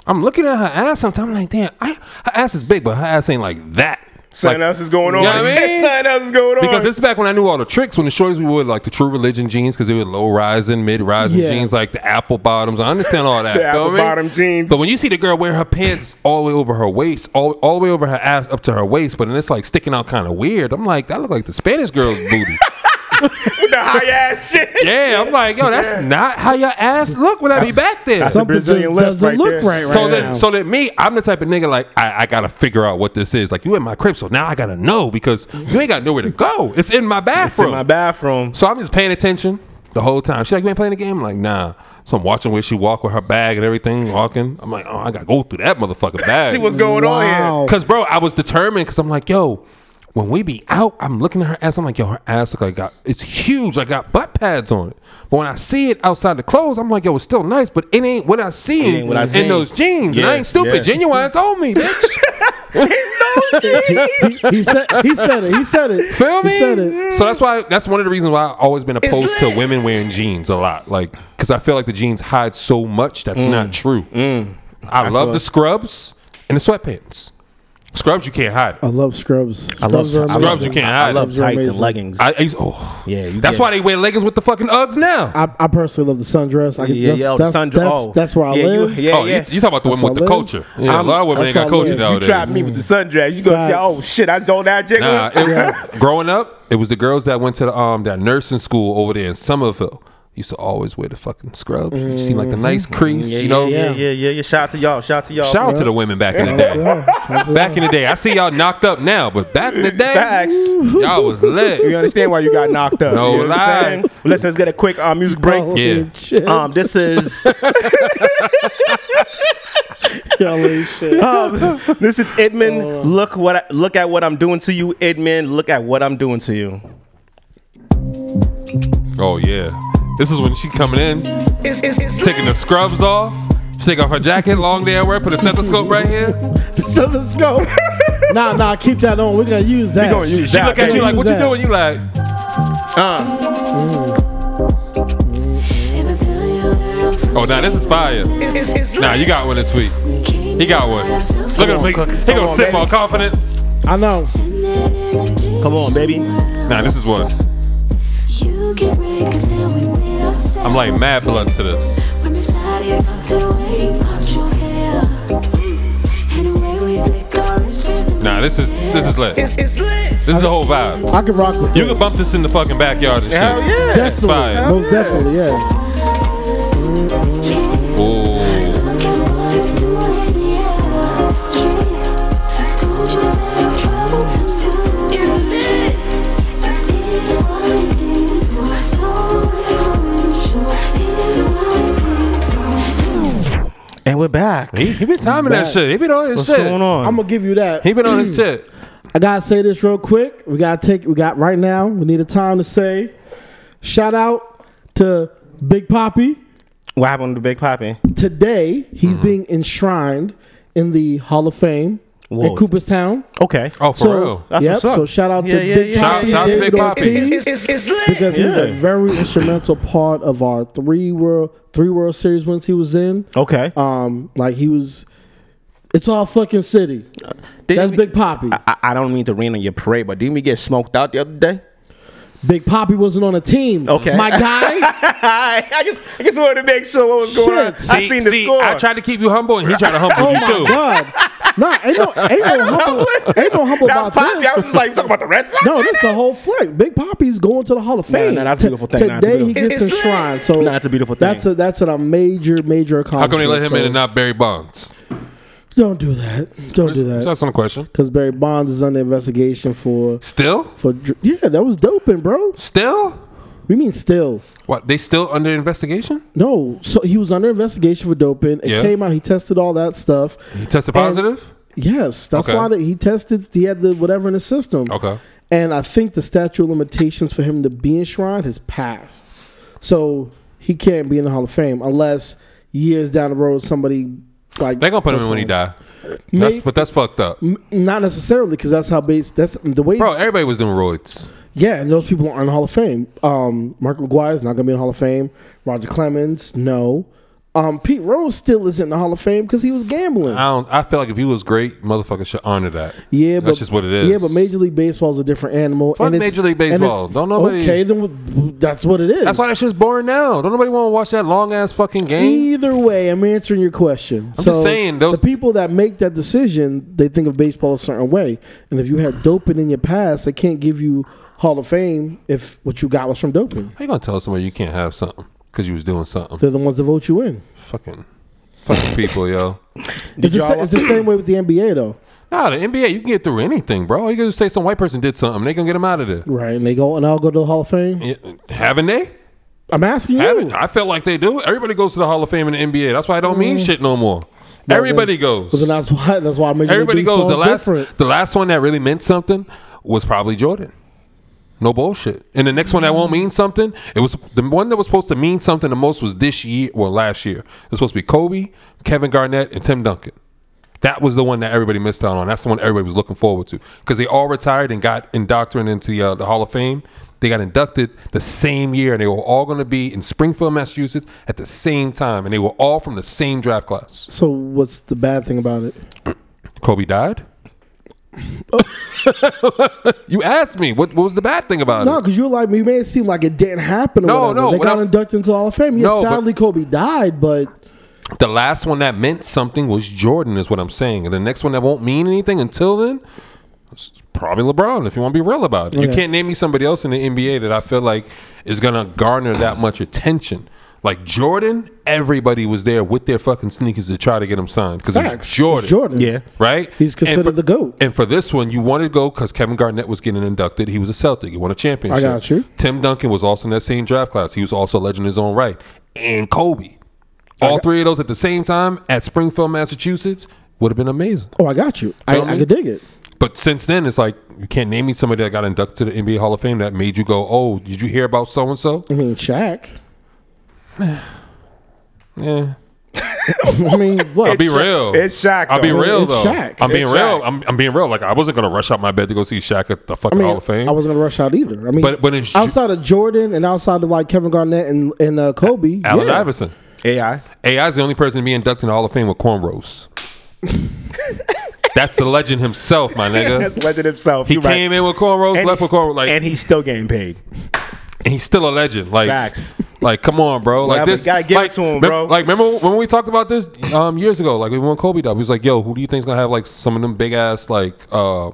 I'm looking at her ass. Sometimes I'm like, damn, I, her ass is big, but her ass ain't like that. Something Like, else is going on. You know what I mean? [LAUGHS] Something else is going on. Because this is back when I knew all the tricks. When the shorties we wore like the True Religion jeans, because they were low rising, mid rising Yeah. jeans, like the apple bottoms. I understand all that. The feel apple me? bottom jeans. But when you see the girl wear her pants all the way over her waist, all, all the way over her ass up to her waist, but then it's like sticking out kind of weird. I'm like, that look like the Spanish girl's booty. with the high [LAUGHS] ass shit. yeah, I'm like, yo, that's not how your ass look when I be back there. the Something just Brazilian lift doesn't right look there. right right so now. then, so then me, I'm the type of nigga like I, I gotta figure out what this is. Like you in my crib, so now I gotta know because you ain't got nowhere to go. It's in my bathroom. It's in my bathroom. So I'm just paying attention the whole time. She like, you ain't playing the game? I'm like, nah. So I'm watching where she walk with her bag and everything, walking. I'm like, oh, I gotta go through that [LAUGHS] motherfucker bag. See what's going on Wow. Cause bro, I was determined because I'm like, yo, when we be out, I'm looking at her ass. I'm like, yo, her ass look like I got it's huge. I got butt pads on it. But when I see it outside the clothes, I'm like, yo, it's still nice, but it ain't what I seen ain't what I in seen. those jeans. and Yeah, I ain't stupid. yeah. Genuine told [LAUGHS] me, bitch. [LAUGHS] he, he said, he said it. He said it. Feel me? He said it. So that's why that's one of the reasons why I've always been opposed to lit. women wearing jeans a lot. Like, cause I feel like the jeans hide so much that's Mm. not true. I, love the scrubs and the sweatpants. Scrubs you can't hide. I love scrubs. Scrubs, it. Scrubs amazing. you can't hide. Oh, I love Scrubs are tights and amazing. leggings. I, I used- oh. Yeah, you that's can. why they wear leggings with the fucking Uggs now. I, I personally love the sundress. I can, yeah, that's, yeah, oh, the that's, sun- that's, oh. that's where I yeah, live. [LAUGHS] You, yeah, oh, yeah. You, you talking about the That's women with the my live. culture? Yeah, a I'm- lot of women ain't that's got my culture live. You you nowadays. trap me with the sundress. You gonna say, "Oh Facts. shit, I zoned out, Jigga." Nah, it- Yeah. growing up, it was the girls that went to the, um that nursing school over there in Somerville. Used to always wear the fucking scrubs. You see like the nice crease, you know. Mm-hmm. yeah, yeah, yeah, yeah. Shout out to y'all. Shout out to y'all. Shout out to the women back in the Shout out to day. y'all. Shout out to Back y'all. in the day, I see y'all knocked up now, but back in the day, Facts. y'all was You lit. understand why you got knocked up? No you know what I'm lie. saying? Let's let's get a quick uh, music break. Oh, Yeah. shit. Um, this is Y'all ain't shit. um, [LAUGHS] this is Edmund. Look what I, look at what I'm doing to you, Edmund. Look at what I'm doing to you. Oh yeah, this is when she coming in, It's, it's, it's taking the scrubs off. She take off her jacket, long day at work, put a stethoscope right here. So [LAUGHS] let's go. nah, nah, keep that on. We're gonna use that. gonna use She that. look at you like, what you Who's doing? You like, Uh, oh, now this is fire. It's, it's, it's lit. Nah, you got one this week. He got one. Look at him. He, he Come gonna on, sit baby. more confident. I know. come on, baby. Nah, this is one. I'm like mad blunt to this. Nah, this is this is lit. It's, it's lit. This is the whole vibe. I can rock with You this. can bump this in the fucking backyard and shit. Hell yeah. That's Definitely, fire. most definitely, yeah. Ooh. And we're back. He, he been timing that shit. He been on his What's shit. going on? I'm gonna give you that. He been on his shit. I gotta say this real quick. We gotta take. We got right now. We need a time to say. Shout out to Big Poppy. What happened to Big Poppy? Today he's Mm-hmm. being enshrined in the Hall of Fame Whoa. at Cooperstown. Okay. Oh, for so real. That's yep. what's up. So shout out to Yeah, yeah, Big yeah, Poppy. yeah, Shout- yeah. shout out to Big David Poppy. It's, Ortiz. it's, it's, it's, it's lit. because he's Yeah. a very instrumental part of our three world three world series wins he was in. Okay. Um, like he was. It's all fucking city. Didn't That's we- Big Poppy. I, I don't mean to rain on your parade, but didn't we get smoked out the other day? [LAUGHS] Big Poppy wasn't on a team. Okay. [LAUGHS] my guy. I, I just I just wanted to make sure what was going Shit. on. I seen the score. I tried to keep you humble, and he tried to humble oh you my too. god. Nah, ain't no [LAUGHS] ain't no humble ain't no humble that was about Poppy. I was this. just like, you talking about the Red [LAUGHS] Sox? No, right this is a whole flick. Big Poppy's going to the Hall of Fame. no, that's a T- beautiful thing. Nah, that's a Today he beautiful- gets It's- it's enshrined. So Nah, it's a beautiful That's thing. a that's a major major How accomplishment. come they let him in so and not Barry Bonds? Don't do that. Don't do that. That's not a question. Because Barry Bonds is under investigation for Still, for dr- yeah, that was doping, bro. still. We mean still. What? They still under investigation? No, so he was under investigation for doping. It Yeah. came out. He tested all that stuff. He tested And- positive. yes, that's Okay. why the, he tested. He had the whatever in his system. Okay. And I think the statute of limitations for him to be enshrined has passed. So he can't be in the Hall of Fame unless years down the road somebody like They're gonna put him in when he die. That's May- but that's fucked up, M- Not necessarily because that's how base. That's the way. bro. Everybody was doing roids. Yeah, and those people aren't in the Hall of Fame. Um, Mark McGuire is not going to be in the Hall of Fame. Roger Clemens, no. Um, Pete Rose still isn't in the Hall of Fame because he was gambling. I don't. I feel like if he was great, motherfuckers should honor that. yeah, Ah, but that's just what it is. Yeah, but Major League Baseball is a different animal. Fuck it's- Major League and it's- Baseball. Don't nobody- Okay, then w- that's what it is. That's why that shit's boring now. Don't nobody want to watch that long ass fucking game. Either way, I'm answering your question. I'm just saying, those- the people that make that decision, they think of baseball a certain way. And if you had doping in your past, they can't give you Hall of Fame if what you got was from doping. How you gonna tell somebody you can't have something because you was doing something? They're the ones that vote you in. Fucking, fucking people, yo. It's the, y'all- sa- it's the same way with the NBA though, Nah, the NBA, you can get through anything, bro. All You can just say some white person did something, they gonna get him out of there. right? And they go and I'll go to the Hall of Fame. Yeah, Haven't they? I'm asking you. Haven't I feel like they do. Everybody goes to the Hall of Fame in the NBA. That's why I don't mean shit no more. Everybody Well, goes. then that's why that's why Major Everybody League goes. Baseball The is last, different. the last one that really meant something was probably Jordan. No bullshit. And the next one that won't mean something, it was the one that was supposed to mean something the most was this year, well, last year. It was supposed to be Kobe, Kevin Garnett, and Tim Duncan. That was the one that everybody missed out on. That's the one everybody was looking forward to because they all retired and got indoctrinated into the, uh, the Hall of Fame. They got inducted the same year, and they were all going to be in Springfield, Massachusetts, at the same time, and they were all from the same draft class. So what's the bad thing about it? Kobe died. [LAUGHS] you asked me what, what was the bad thing about No, it. because you were like, you made it seem like it didn't happen. Or Uh, No, whatever. no, they got without- inducted into the Hall of Fame. Yeah, No, but- sadly Kobe died, but The last one that meant something was Jordan, is what I'm saying, and the next one that won't mean anything until then, it's probably LeBron. If you want to be real about it, you Okay. can't name me somebody else in the NBA that I feel like is gonna garner that much attention. Like Jordan, everybody was there with their fucking sneakers to try to get him signed because facts. it's Jordan. It's Jordan. Yeah. right? He's considered And for- the GOAT. And for this one, you wanted to go because Kevin Garnett was getting inducted. He was a Celtic. He won a championship. I got you. Tim Duncan was also in that same draft class. He was also a legend in his own right. And Kobe. All three of those at the same time at Springfield, Massachusetts would have been amazing. Oh, I got you. I, Feel me? I could dig it. But since then, it's like you can't name me somebody that got inducted to the NBA Hall of Fame that made you go, oh, did you hear about so and so? I mean, Shaq. [SIGHS] Yeah. [SIGHS] I mean, what? I'll be real. it's Shaq, I'll be though. real It's though. Shaq. I'm being It's real. Shaq. I'm, I'm being real. Like I wasn't gonna rush out my bed to go see Shaq at the I fucking mean, Hall of Fame. I wasn't gonna rush out either. I mean, But- but it's- outside of Jordan and outside of like Kevin Garnett and and uh, Kobe, Allen yeah. Iverson. AI. AI is the only person to be inducted in the Hall of Fame with cornrows. That's the legend himself, my [LAUGHS] That's nigga. legend himself. He You're right. came in with cornrows, And left with he's- cornrows. Like and and he's still getting paid. he's still a legend. Like, Facts. like come on, bro. Like Whatever, this, gotta give it like, to him, mem- bro. Like remember when we talked about this um, years ago? Like when Kobe died, he was like, "Yo, who do you think's gonna have like some of them big ass like uh,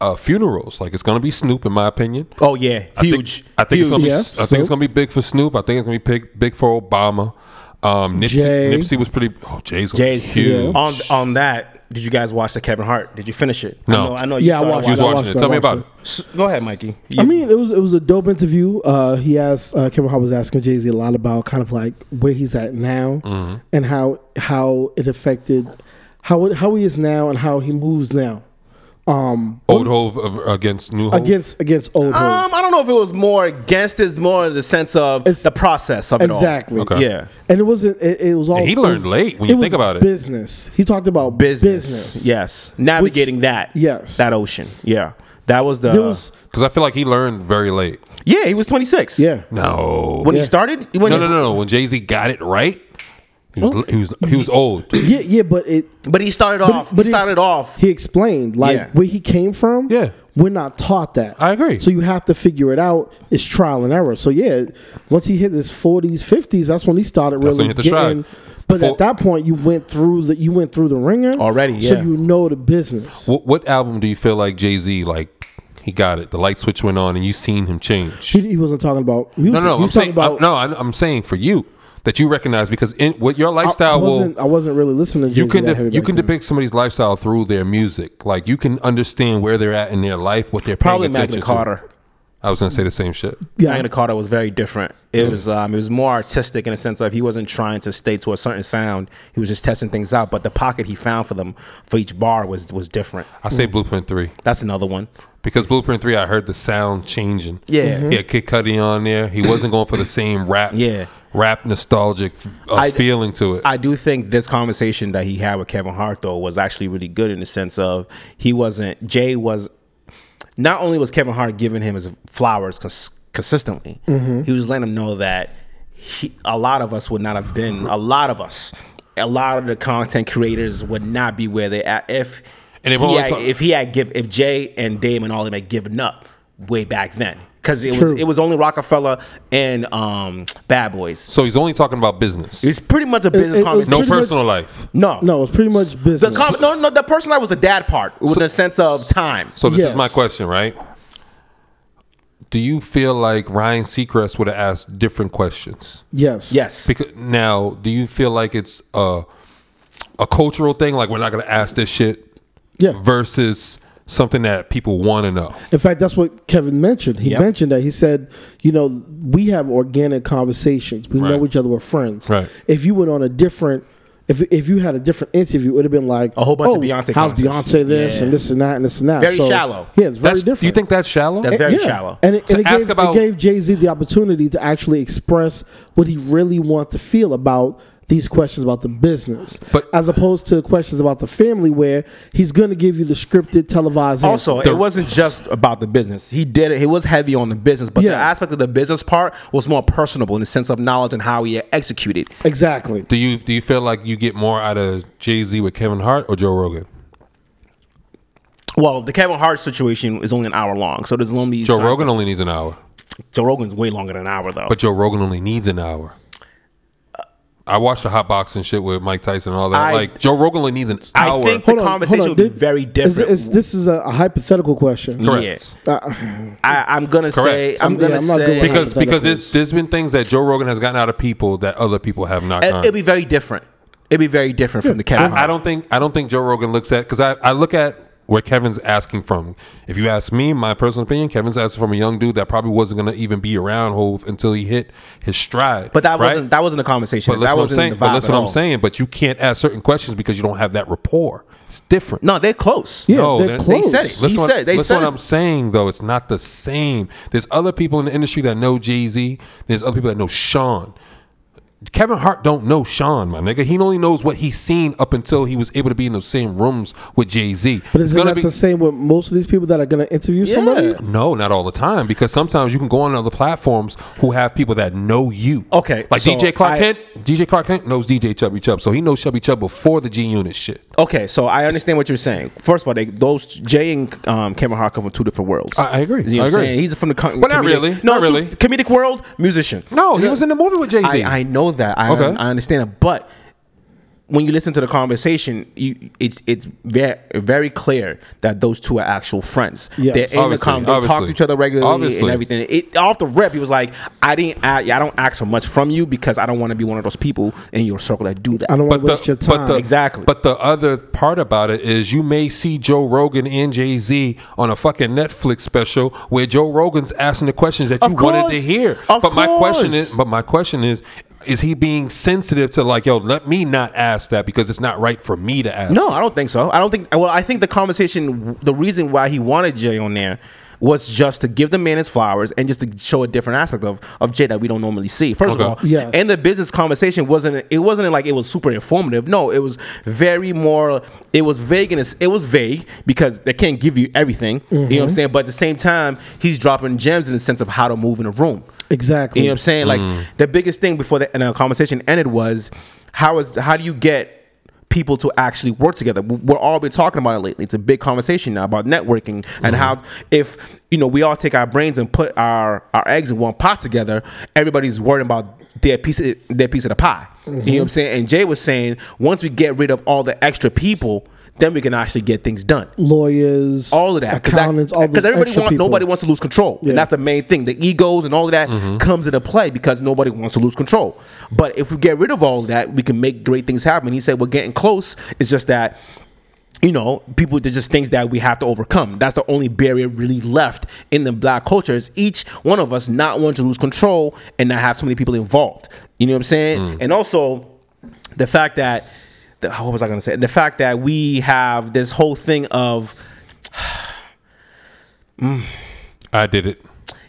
uh, funerals? Like it's gonna be Snoop, in my opinion. Oh yeah, I think- huge. I think, huge. it's gonna be. Yeah, I think Snoop. it's gonna be big for Snoop. I think it's gonna be big, big for Obama. Um, Nipsey, Jay. Nipsey was pretty. Oh, Jay's, gonna be Jay's huge. On on that, did you guys watch the Kevin Hart? Did you finish it? No. I know. I know Yeah, I started watched You watching was I watching watched it. it, Tell I me watched about it. it. S- Go ahead, Mikey. You- I mean, it was it was a dope interview. Uh, he asked uh, Kevin Hart was asking Jay Z a lot about kind of like where he's at now Mm-hmm. and how how it affected how it, how he is now and how he moves now um, Old Hove of- against New Hove. against against old um, Hov. I don't know if it was more against. It's more in the sense of It's- the process of exactly. it all. Okay. Yeah. And it wasn't. It, it was all. he it learned was- late when you think was about it. Business. He talked about Business. business. Yes. Navigating that. yes. That ocean. Yeah. That was the. There was. Because I feel like he learned very late. yeah, he was 26. [LAUGHS] Yeah. No. When no, he started, when no, he- no, no. When Jay Z got it right, he was, he was, he was old. Yeah. Yeah. But it. But he started But, off. but he ex- started off. He explained like Yeah. where he came from. Yeah. We're not taught that. I agree. So you have to figure it out. It's trial and error. So yeah, once he hit his forties, fifties, that's when he started That's really when he hit the getting. stride. But Before- at that point, you went through the you went through the ringer Already, So yeah. you know the business. What, what album do you feel like Jay Z, like, he got it? The light switch went on and you seen him change. He, he wasn't talking about music. no, no. I'm he was talking saying, about. I'm, no, I'm, I'm saying for you that you recognize because in what your I, I lifestyle will. wasn't. I wasn't really listening. to you Jay-Z can that def- heavy you back can then. depict somebody's lifestyle through their music. Like you can understand where they're at in their life, what they're paying Probably attention Magna to. Carta. I was gonna say the same shit. Yeah. Magna Carta was very different. It was um, it was more artistic in the sense of he wasn't trying to stay to a certain sound. He was just testing things out. But the pocket he found for them for each bar was was different. I say Blueprint Three That's another one. because Blueprint Three, I heard the sound changing. Yeah. Mhm. he had Kid Cudi on there. He wasn't going for the same rap, Yeah. rap nostalgic uh, I- feeling to it. I do think this conversation that he had with Kevin Hart though was actually really good in the sense of he wasn't Jay was not only was Kevin Hart giving him his flowers cons- consistently, Mm-hmm. he was letting him know that he, a lot of us would not have been a lot of us, a lot of the content creators would not be where they at if And if he only had, talk- if he had give if Jay and Damon all of them had given up way back then. Cause it True. was it was only Rockefeller and um, Bad Boys. so he's only talking about business, It's pretty much a business it was conversation. no pretty much- personal life. No, no, it's pretty much The business. com- no, no. The person that was the dad part was in the sense of time. So this is Yes. my question, right? Do you feel like Ryan Seacrest would have asked different questions? yes. yes, Because now, do you feel like it's a a cultural thing? Like we're not gonna ask this shit Yeah. versus something that people want to know. In fact, that's what Kevin mentioned. He Yep. mentioned that he said, you know, we have organic conversations. We Right. know each other. We're friends. Right. If you went on a different, if if you had a different interview, it would have been like "Oh, A whole bunch of Beyonce How's concerts." Beyonce this Yeah. and this and that and this and that. Very So, shallow. Yeah, it's very That's- different. Do you think that's shallow? That's very yeah. shallow. And it, To and it ask gave, about- it gave Jay Z the opportunity to actually express what he really wants to feel about these questions about the business, But- as opposed to questions about the family, where he's going to give you the scripted, televised. Also, The- it wasn't just about the business. He did it. He was heavy on the business, but the Yeah. aspect of the business part was more personable in the sense of knowledge and how he executed. answer. exactly. do you do you feel like you get more out of Jay Z with Kevin Hart or Joe Rogan? Well, the Kevin Hart situation is only an hour long, so there's only Joe Rogan only needs an hour, Joe Rogan's way longer than an hour though. but Joe Rogan only needs an hour. I watched the hot boxing shit with Mike Tyson and all that. I- like Joe Rogan only needs an I hour. think- the conversation would be very Is- different. is- this is a, a hypothetical question. Uh, Correct. I, I'm gonna say Correct. I'm Yeah, gonna I'm not good say with because Yeah, because hypotheticals. it's, there's been things that Joe Rogan has gotten out of people that other people have not. it, gotten. it'd be very different. It'd be very different from the Kevin. I, I don't think I don't think Joe Rogan looks at because I, I look at where Kevin's asking from. If you ask me, my personal opinion, Kevin's asking from a young dude that probably wasn't gonna even be around Hove until he hit his stride. But that right? wasn't that wasn't a conversation. But listen that what I'm wasn't saying. the But vibe listen at what I'm all. saying. But you can't ask certain questions because you don't have that rapport. It's different. No, they're close. Yeah, No, they're they- close. they said it. Listen He what, said- they listen said what it. I'm saying though. It's not the same. There's other people in the industry that know Jay Z. There's other people that know Sean. Kevin Hart don't know Sean, my nigga. He only knows what he's seen up until he was able to be in those same rooms with Jay Z. But isn't that the same with most of these people that are going to interview somebody? No, not all the time because sometimes you can go on other platforms who have people that know you. Okay, like so DJ Clark I- Kent. DJ Clark Kent knows DJ Chubby Chubb, so he knows Chubby Chubb before the G Unit shit. Okay, so I understand what you're saying. First of all, they, those Jay and um, Kevin Hart come from two different worlds. I- I agree. You know what I I'm agree. saying? He's from the com- But not really. No, Not two- really. Comedic world, musician. No, he was in the movie with Jay Z. I, I know that. I, Okay. I understand it, but when you listen to the conversation, you, it's it's very very clear that those two are actual friends. Yes. They're in the Obviously, com- they talk to obviously. each other regularly Obviously. and everything. It off the rep, he was like, "I didn't, I, I don't ask so much from you because I don't want to be one of those people in your circle that do that." I don't want to waste your time. the, Exactly. But the other part about it is you may see Joe Rogan and Jay Z on a fucking Netflix special where Joe Rogan's asking the questions that you Of wanted to course. hear. Of but my question course. is, but my question is, is he being sensitive to like, yo, let me not ask that because it's not right for me to ask? No, I don't think so. I don't think. Well, I think the conversation, the reason why he wanted Jay on there was just to give the man his flowers and just to show a different aspect of, of Jay that we don't normally see. First Okay. of all, Yes. and the business conversation wasn't. It wasn't like it was super informative. No, it was very more. It was vague and it's, it was vague because they can't give you everything. You know what I'm saying? But at the same time, he's dropping gems in the sense of how to move in a room. Exactly. E You know what I'm saying? Like the biggest thing before the, and the conversation ended was how is how do you get people to actually work together? We- We're all been talking about it lately. It's a big conversation now about networking and how if you know we all take our brains and put our our eggs in one pot together, everybody's worried about their piece of, their piece of the pie. You know what I'm saying? And Jay was saying once we get rid of all the extra people, then we can actually get things done Lawyers, all of that, 'Cause that- accountants, all those everybody extra wants people. nobody wants to lose control, Yeah. and that's the main thing. The egos and all of that comes into play because nobody wants to lose control. But if we get rid of all of that, we can make great things happen. He said we're getting close. It's just that you know, people there's just things that we have to overcome. That's the only barrier really left in the black culture is each one of us not wanting to lose control and not have so many people involved. You know what I'm saying? And also the fact that the, what was I gonna say? The fact that we have this whole thing of I did it.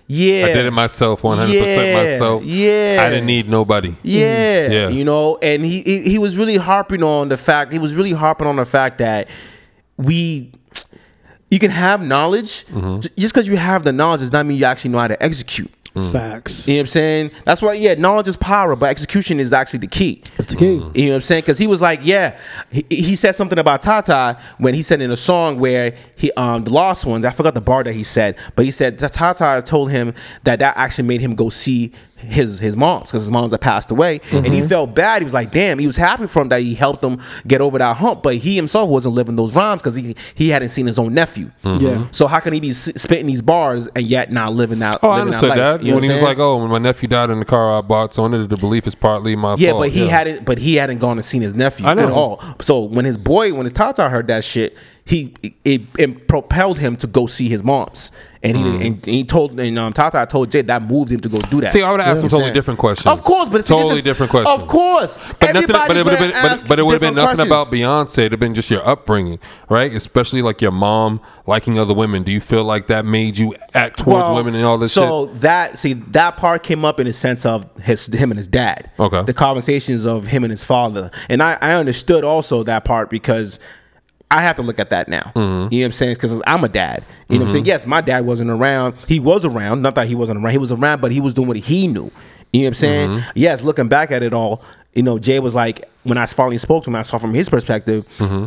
yeah, I did it myself, 100% Yeah, myself. yeah. I didn't need nobody. Yeah, Yeah. you know, and he, he he was really harping on the fact he was really harping on the fact that we you can have knowledge Mm-hmm. J- just because you have the knowledge does not mean you actually know how to execute. Mm. Facts. E You know what I'm saying? That's why yeah, knowledge is power, but execution is actually the key. It's the Mm. key. You know what I'm saying? Because he was like, yeah, he, he said something about Tata when he said in a song where he um the lost ones. I forgot the bar that he said, but he said that Tata told him that that actually made him go see his his mom's because his mom's had passed away, and Mm-hmm. he felt bad. He was like, damn, he was happy for him that he helped him get over that hump, but he himself wasn't living those rhymes because he he hadn't seen his own nephew. Mm-hmm. Yeah. So how can he be s- spitting these bars and yet not living that? Oh, I living understood life? that. You when know what he I'm was saying? like, "Oh, when my nephew died in the car I bought, so I wanted to believe it's partly my Yeah, fault." but he hadn't. But he hadn't gone and seen his nephew Oh, I know. at all. So when his boy, when his tata heard that shit, he it, it propelled him to go see his mom's, and he and he told and um, tata told Jay that moved him to go do that. Mm. See, I would have asked him totally Saying. different questions. Of course, but see, this totally is- different questions. Of course, But nothing. But Everybody's it would have been. gonna But, ask but it would have been nothing different about questions. Beyonce. It'd have been just your upbringing, right? Especially like your mom liking other women. Do you feel like that made you act towards Well, women and all this so that see that part came up in the sense of his him and his dad. Okay. The conversations of him and his father, and I I understood also that part because. I have to look at that now. You know what I'm saying? Because I'm a dad. You know what I'm saying? Yes, my dad wasn't around. He was around. Not that he wasn't around. He was around, but he was doing what he knew. You know what I'm saying? Yes, looking back at it all, you know, Jay was like, when I finally spoke to him, I saw from his perspective,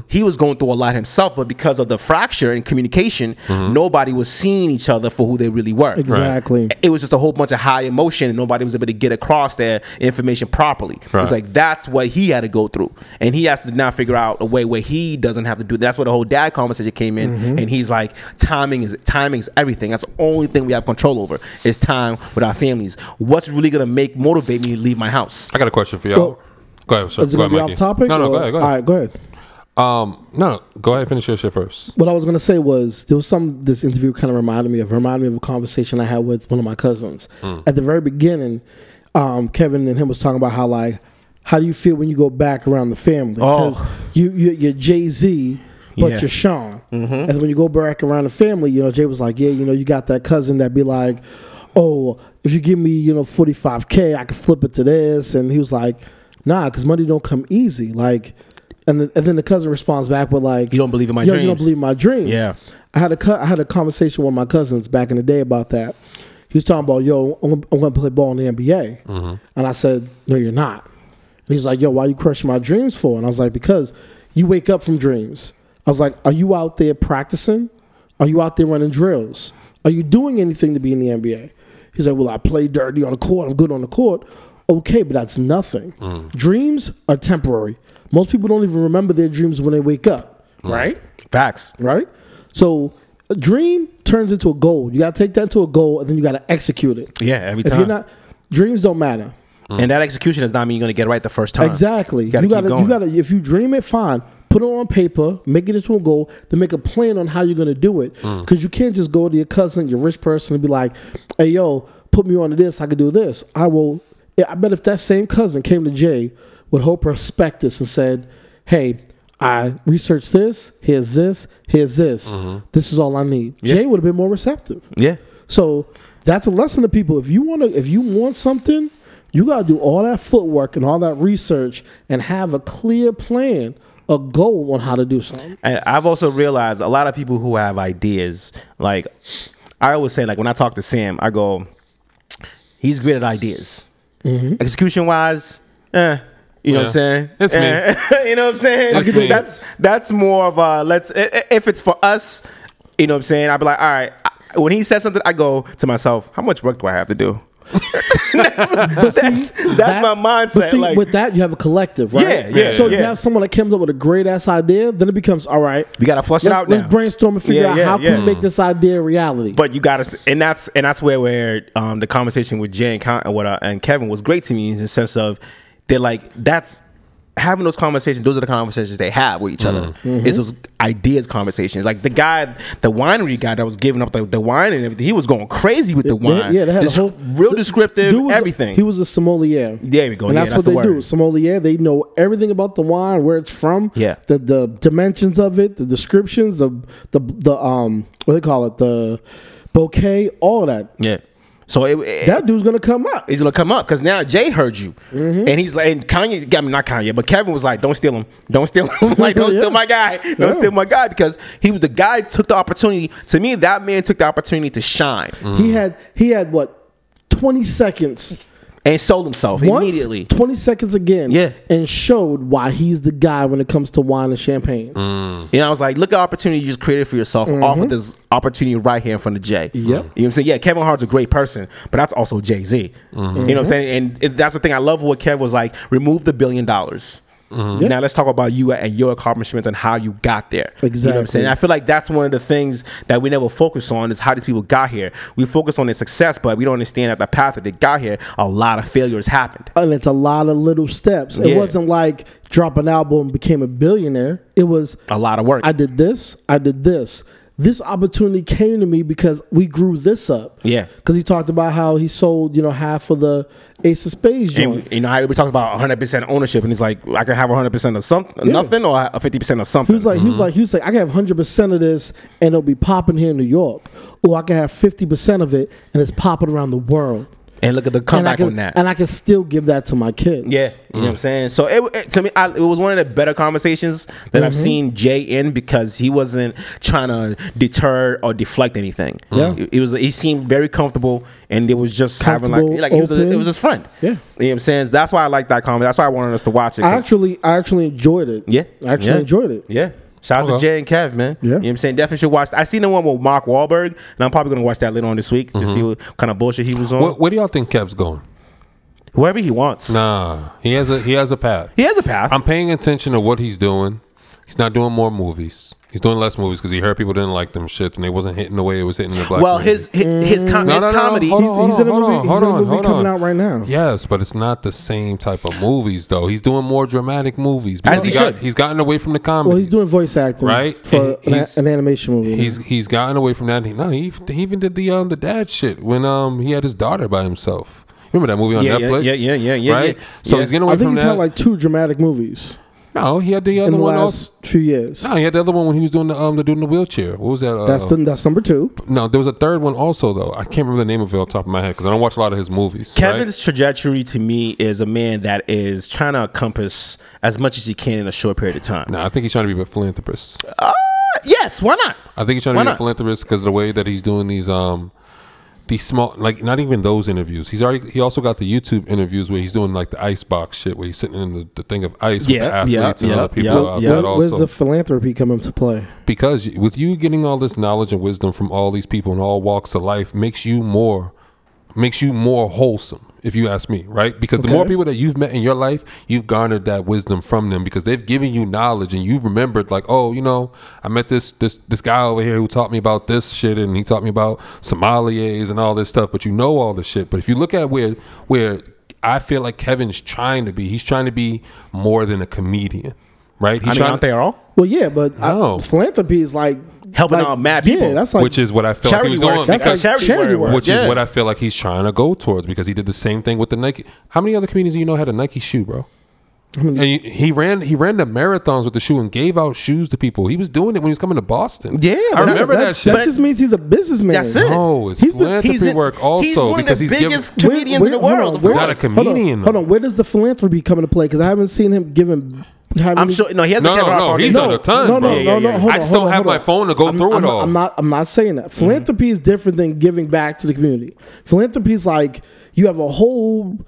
he was going through a lot himself, but because of the fracture in communication, nobody was seeing each other for who they really were. Exactly. It was just a whole bunch of high emotion, and nobody was able to get across their information properly. Right. It's like that's what he had to go through, and he has to now figure out a way where he doesn't have to do. That's where the whole dad conversation came in, Mm-hmm. and he's like, timing is timing is everything. That's the only thing we have control over is time with our families. What's really gonna make motivate me to leave my house? shit? I got a question for y'all. Well, go ahead. Sir. Is it go going ahead, Mikey. to be off topic? No, no. or- Go ahead. Go ahead. All right, go ahead. Um, no, go ahead. Finish your shit first. What I was gonna say was there was some this interview kind of reminded me of reminded me of a conversation I had with one of my cousins Hmm. at the very beginning. Um, Kevin and him was talking about how like how do you feel when you go back around the family Oh. you, you you're Jay Z but Yeah. Mm-hmm. you're Sean, and when you go back around the family, you know Jay was like, yeah, you know you got that cousin that be like, oh, if you give me you know 45k, I can flip it to this, and he was like, nah, because money don't come easy, like. And, the, and then the cousin responds back with like, You don't believe in my Yo, You don't dreams. believe my dreams. Yeah. I had a cu- I had a conversation with my cousins back in the day about that. He was talking about, yo, I'm, gonna- I'm going to play ball in the NBA, Mm-hmm. and I said, no, you're not. And he was like, yo, why you crushing my dreams for? And I was like, because you wake up from dreams. I was like, are you out there practicing? Are you out there running drills? Are you doing anything to be in the NBA? He's like, well, I play dirty on the court. I'm good on the court. Okay, but that's nothing. Mm. Dreams are temporary. Most people don't even remember their dreams when they wake up Right? Facts. right? So a dream turns into a goal. You gotta take that to a goal, and then you gotta execute it. Yeah, every If time. you're not, dreams don't matter. And that execution does not mean you're gonna get it right the first time. Mm. Exactly. You gotta, you keep gotta, going. you gotta- If you dream it, fine. Put it on paper, make it into a goal, then make a plan on how you're gonna do it. Mm. Because you can't just go to your cousin, your rich person, and be like, "Hey, yo, put me onto this. I could do this. I will." Yeah, I bet if that same cousin came to Jay with whole prospectus and said, "Hey, I researched this. Here's this. Here's this. Mm-hmm. This is all I need," Jay would have been more receptive. Yeah. So that's a lesson to people. If you want to, if you want something, you gotta do all that footwork and all that research and have a clear plan, a goal on how to do something. And I've also realized a lot of people who have ideas, like I always say, like when I talk to Sam, I go, he's great at ideas. Mm-hmm. Execution wise, eh. You know what I'm Yeah. saying? It's me. Eh. [LAUGHS] you know what I'm saying? It's me. That's that's more of a let's i- i- if it's for us, you know what I'm saying? I'd be like, all right. I- When he says something, I go to myself, how much work do I have to do? [LAUGHS] that's that's That- my mindset. But see, like, with that, you have a collective, Yeah, right? yeah, So you yeah. have someone that comes up with a great ass idea, then it becomes all right. we gotta flush it Let, out. let's now. brainstorm and figure Yeah, out yeah, how yeah. can we make this idea a reality. But you gotta, s- and that's and that's where where um, the conversation with Jay and Con, what uh, and Kevin was great to me in the sense of they're like that's having those conversations, those are the conversations they have with each other. It's those ideas conversations. Like the guy, the winery guy that was giving up the, the wine and everything, he was going crazy with the wine. yeah, they had Des- a whole real the- descriptive, dude was a- everything. he was a sommelier. There we go, And yeah, that's, that's what the they do. word. Sommelier. They know everything about the wine, where it's from. Yeah. The the dimensions of it, the descriptions, the the the um what they call it, the bouquet, all that. yeah. So it, it- That dude's gonna come up. He's gonna come up because now Jay heard you, Mm-hmm. and he's like, and Kanye, I mean not Kanye, but Kevin was like, "Don't steal him, don't steal him, [LAUGHS] like don't [LAUGHS] Yeah. steal my guy, don't Yeah. steal my guy," because he was the guy took the opportunity. To me, that man took the opportunity to shine He had he had what twenty seconds and sold himself once, immediately. twenty seconds again, Yeah. and showed why he's the guy when it comes to wine and champagnes. And I was like, look at opportunity you just created for yourself off Mm-hmm. of this opportunity right here in front of Jay. You know what I'm saying? Yeah, Kevin Hart's a great person, but that's also Jay Z. You Mm-hmm. know what I'm saying? And it, that's the thing I love what Kev was like remove the billion dollars. Mm-hmm. Now let's talk about you and your accomplishments and how you got there. You know what I'm Exactly. saying? I feel like that's one of the things that we never focus on is how these people got here. We focus on their success, but we don't understand that the path that they got here, a lot of failures happened. and it's a lot of little steps. It Yeah. wasn't like drop an album and became a billionaire. It was A lot of work. I did this, I did this. This opportunity came to me because we grew this up. Yeah. Because he talked about how he sold, you know, half of the Ace of Spades joint. And you know how everybody talks about 100% ownership, and it's like I can have 100% of something, nothing, or a 50% of something. He was like, he was like, he was like, I can have hundred percent of this, and it'll be popping here in New York, or I can have fifty percent of it, and it's popping around the world. and look at the and I comeback can, on that. and I Mm-hmm. can still give that to my kids. yeah, you know what I'm saying. So it, it- to me, I, it was one of the better conversations that I've Mm-hmm. seen Jay in because he wasn't trying to deter or deflect anything. Yeah. it, it was. He seemed very comfortable, and it was just having like, Comfortable, like he was a, open. it was his friend. Yeah. you know what I'm saying. That's why I like that comment. That's why I wanted us to watch it. I 'cause- actually, I actually enjoyed it. Yeah. I actually Yeah. enjoyed it. Yeah. Shout out Okay. to Jay and Kev, man. Yeah. You know what I'm saying? Definitely should watch. I seen the one with Mark Wahlberg, and I'm probably going to watch that later on this week Mm-hmm. to see what kind of bullshit he was on. Where, where do y'all think Kev's going? Whoever he wants. Nah, he has a he has a path. He has a path. I'm paying attention to what he's doing. He's not doing more movies. He's doing less movies because he heard people didn't like them shits and they wasn't hitting the way it was hitting the black. well, community. his his, his, com- Mm. No, his no, no, comedy. hold on, He's- hold he's in a on, movie- hold he's on, in a hold movie on, coming hold on. out right now. Yes, but it's not the same type of movies though. He's doing more dramatic movies. because As he got- should. He's gotten away from the comedy. Well, he's doing voice acting, Right? For And an, he's- an animation movie. He's he's gotten away from that. He, no, he, even- he even did the um the dad shit when um he had his daughter by himself. Remember that movie on Yeah, yeah, Netflix? yeah, yeah, yeah, yeah, Right. yeah. So Yeah. he's getting away I think from he's that. had like two dramatic movies no, he had the in other the one. last also. two years. No, Oh, he had the other one when he was doing the um the dude in the wheelchair. What was that? Uh, That's the, that's number two. no, there was a third one also though. I can't remember the name of it off the top of my head because I don't watch a lot of his movies. right? Kevin's trajectory to me is a man that is trying to encompass as much as he can in a short period of time. Nah, I think he's trying to be a philanthropist. Yes, why not? I think he's trying to Why be a not? philanthropist because the way that he's doing these um these small like not even those interviews. He's already he also got the YouTube interviews where he's doing like the icebox shit where he's sitting in the, the thing of ice Yeah, with the yeah, athletes and yeah, other people yeah, out yeah. there Where- where's also. the philanthropy coming to play? because with you getting all this knowledge and wisdom from all these people in all walks of life makes you more makes you more wholesome if you ask me right because the more Okay. people that you've met in your life you've garnered that wisdom from them because they've given you knowledge and you've remembered like oh you know i met this this this guy over here who taught me about this shit and he taught me about sommeliers and all this stuff but you know all this shit but if you look at where where i feel like kevin's trying to be he's trying to be more than a comedian right he's I mean, trying aren't they all? Well, yeah, but I- No. philanthropy is like Helping like, out mad Yeah, people. that's like which is what i felt like he Charity was work. doing That's because- like charity work. which Yeah. is what I feel like he's trying to go towards because he did the same thing with the Nike. How many other comedians do you know had a Nike shoe, bro? and he, he ran he ran the marathons with the shoe and gave out shoes to people. He was doing it when he was coming to Boston. Yeah, I but that- remember that, shit. just means he's a businessman. That's it. no, it's He's been- philanthropy He's in- work also he's one because of the he's biggest giving. Where- comedians in the where- hold world. on, of where- He's not course. a comedian, Hold on, though. hold on, where does the philanthropy come into play? Because I haven't seen him giving. Having I'm sure. No, he has No, a no, Kevin Hart no, he's Foundation. done a ton, No, no, bro. no, Yeah, yeah, no. yeah, yeah. Hold I on, just hold don't on, have hold my on. phone to go I'm- through I'm, it all. I'm not. I'm not saying that. Philanthropy is different than giving back to the community. Philanthropy is like you have a whole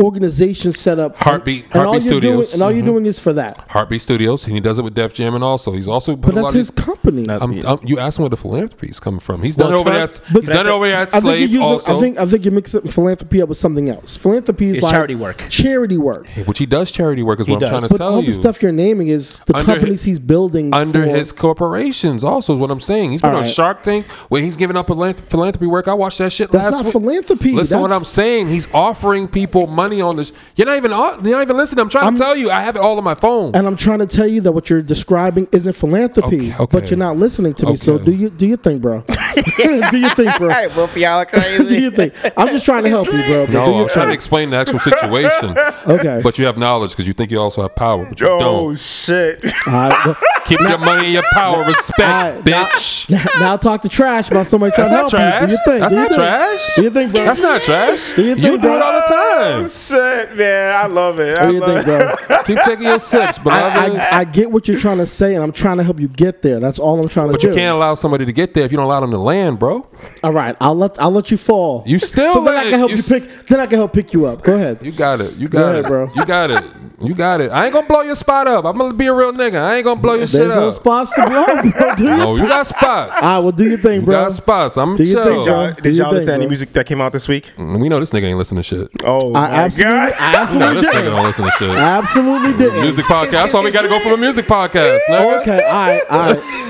organization set up. and- Heartbeat- and, all Heartbeat you're doing, Studios. Mm-hmm. and all you're doing is for that. Heartbeat Studios, and he does it with Def Jam, and also he's also put But a lot that's of these- his company. No, I'm, I'm, you asked him where the philanthropy is coming from. He's done Well, it over there. Trump- at- He's done it over there at I think, you Slaves use also, I think I think you mix up philanthropy up with something else. Philanthropy is It's like charity work. Charity work. which he does charity work. Is He what I'm does. trying to But tell all you. the stuff you're naming is the Under companies his- he's building under for- his corporations. Also, is what I'm saying. He's been All on right. Shark Tank where he's giving up a philanth- philanthropy work. I watched that shit That's last not week. philanthropy. Listen, to what That's- I'm saying. He's offering people money on this. You're not even on- you're not even listening. I'm trying I'm- to tell you, I have it all on my phone. And I'm trying to tell you that what you're describing isn't philanthropy, Okay, okay. but you're not listening to me. So Okay. do you do your thing, bro. [LAUGHS] do your thing, bro. Hey, bro, for y'all [LAUGHS] are crazy. do your thing. I'm just trying to help you, bro. but do no, your I'm trying to thing. explain the actual situation. [LAUGHS] Okay. But you have knowledge because you think you also have power, but you Oh don't. shit! [LAUGHS] All right, Keep your money in your power. Respect, Alright, now- bitch. well, [LAUGHS] now talk to trash about somebody trying That's not to help trash. you. Do your thing. That's do your not thing. trash. Do your thing, bro. That's not trash. Do your You thing, do it bro. all the Oh time. shit, man! I love it. I What do you love think, it. bro? Keep taking your sips, but I, I, I get what you're trying to say, and I'm trying to help you get there. That's all I'm trying But to you do. can't allow somebody to get there if you don't allow them to land, bro. All right, I'll let I'll let you fall. You still so then let- I can help you you, s- pick. Then I can help pick you up. Go ahead. You got it. You Go got ahead, it, bro. You got it. You got it. I ain't gonna blow your spot up. I'm gonna be a real nigga. I ain't gonna blow your There's shit no up. spots to blow, bro. [LAUGHS] Do your No, you got spots. All right, well, do your thing, you bro. got spots. I'm Do your thing, chill. bro. Y'all, Do did y'all your thing, listen to any bro. music that came out this week? We know this nigga ain't listening to [LAUGHS] shit. Oh, I my absolutely, God. I No, absolutely this nigga didn't. don't listen to shit. I absolutely didn't. Music podcast. That's why we gotta go for a music podcast. nigga. Okay, all right, all right.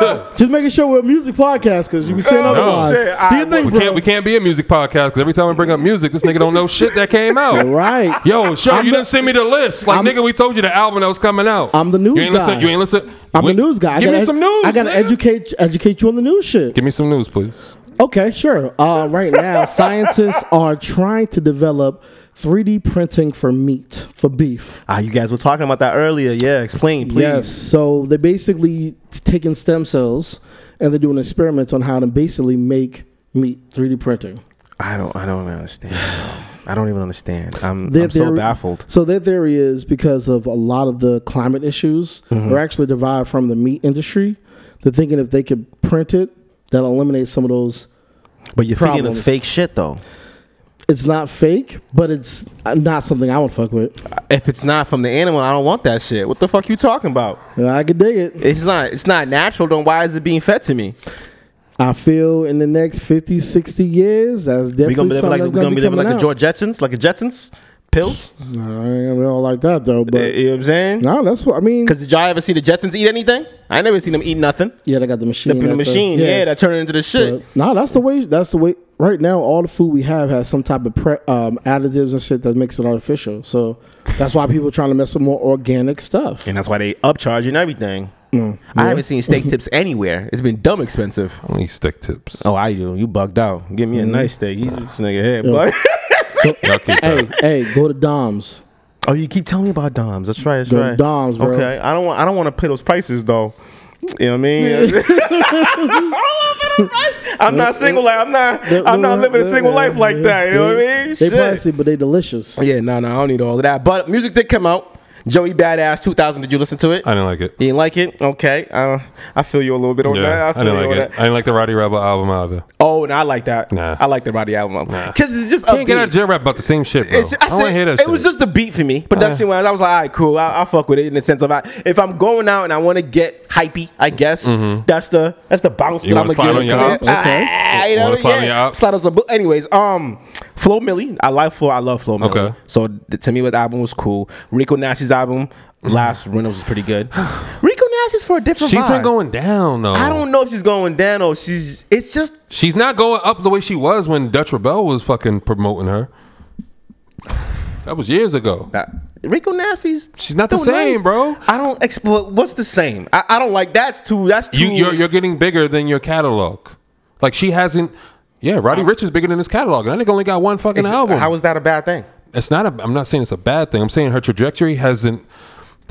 [LAUGHS] make, just making sure we're a music podcast because you be saying Oh, otherwise. shit, all Do your right, thing, We bro. can't. We can't be a music podcast because every time we bring up music, this nigga don't know shit that came out. Right. Yo, show I'm you the- didn't send me the list. Like I'm- nigga, we told you the album that was coming out. I'm the news you ain't Listen, guy. you ain't listen. I'm we- a news guy. I Give me gotta- some news. I gotta nigga. educate educate you on the news shit. Give me some news, please. Okay, sure. Uh, right now, scientists are trying to develop 3D printing for meat, for beef. Ah, you guys were talking about that earlier. Yeah, explain, please. Yes. So they're basically taking stem cells and they're doing experiments on how to basically make meat 3D printing. I don't. I don't understand. bro. I don't even understand. I'm, Their I'm so theory- baffled. So their theory is because of a lot of the climate issues Mm-hmm. are actually derived from the meat industry. They're thinking if they could print it, that'll eliminate some of those. But you're thinking Problems. it's fake shit, though. It's not fake, but it's uh, not something I would fuck with. If it's not from the animal, I don't want that shit. What the fuck you talking about? I could dig it. It's not. It's not natural. Then why is it being fed to me? I feel in the next 50, 60 years, that's definitely We gonna be living something like we that's gonna be living like the coming out. George Jetsons, like the Jetsons, pills. Nah, I ain't- I don't like that though, You but know what I'm saying? no, that's what I mean. Eh, Cause did y'all ever see the Jetsons eat anything? I never seen them eat nothing. Yeah, they got the machine. They put in the out there. machine, yeah. that turned into the shit. But, nah, that's the way. That's the way. Right now, all the food we have has some type of pre, um, additives and shit that makes it artificial. So that's why people are trying to mess with more organic stuff. And that's why they upcharging everything. Mm. I haven't seen steak [LAUGHS] tips anywhere. It's been dumb expensive. Only stick tips. Oh, I do. You bugged out. Give me Mm-hmm. a nice steak. You just nigga head, bud. Y'all keep hey, hey, go to Dom's. oh, you keep telling me about Dom's. That's right. That's Go to right. Dom's, bro. Okay. I don't want. I don't want to pay those prices though. You know what I mean? [LAUGHS] I'm not single life. I'm not. I'm not living a single life like that. You know what I mean? They Shit. pricey, but they delicious. Yeah, no, no, I don't need all of that. But music did come out. Joey Badass 2000. Did you listen to it? I didn't like it. you didn't like it? Okay. Uh, I feel you a little bit on that. Yeah, I I, feel didn't you like on it. that. I didn't like the Roddy Rebel album either. Oh, and I like that. Nah. I like the Roddy album. Because it's just Can't get out upbeat. of jail rap about the same shit, bro. Oh, It's, I I, want to said- hear that it shit. Uh. was just the beat for me, production wise. I was like, all right, cool. I, I fuck with it in the sense of I, if I'm going out and I want to get hypey, I guess that's the that's the bounce Mm-hmm. You that I'm wanna gonna slide give. on your it. ops? Ah, Okay. you know, Wanna slide on yeah. your ops? Slide on some. bu- Anyways, um, Flo Millie, I like Flo. I love Flo Millie. Okay. So th- to me, the album was cool. Rico Nash's album, Last Reynolds, was pretty good. [SIGHS] Rico Nash is for a different. Mm-hmm. She's been vibe. going down though. I don't know if she's going down or she's. It's just She's not going up the way she was when Dutch Rebel was fucking promoting her. That was years ago. Nah, Rico Nasty's She's not the still same, bro. I don't explore what's the same. I, I don't like that's too that's too You, you're, you're getting bigger than your catalog. Like she hasn't. Yeah, Roddy Rich is bigger than his catalog. and That nigga only got one fucking it's- album. How is that a bad thing? it's not a, I'm not saying it's a bad thing. I'm saying her trajectory hasn't.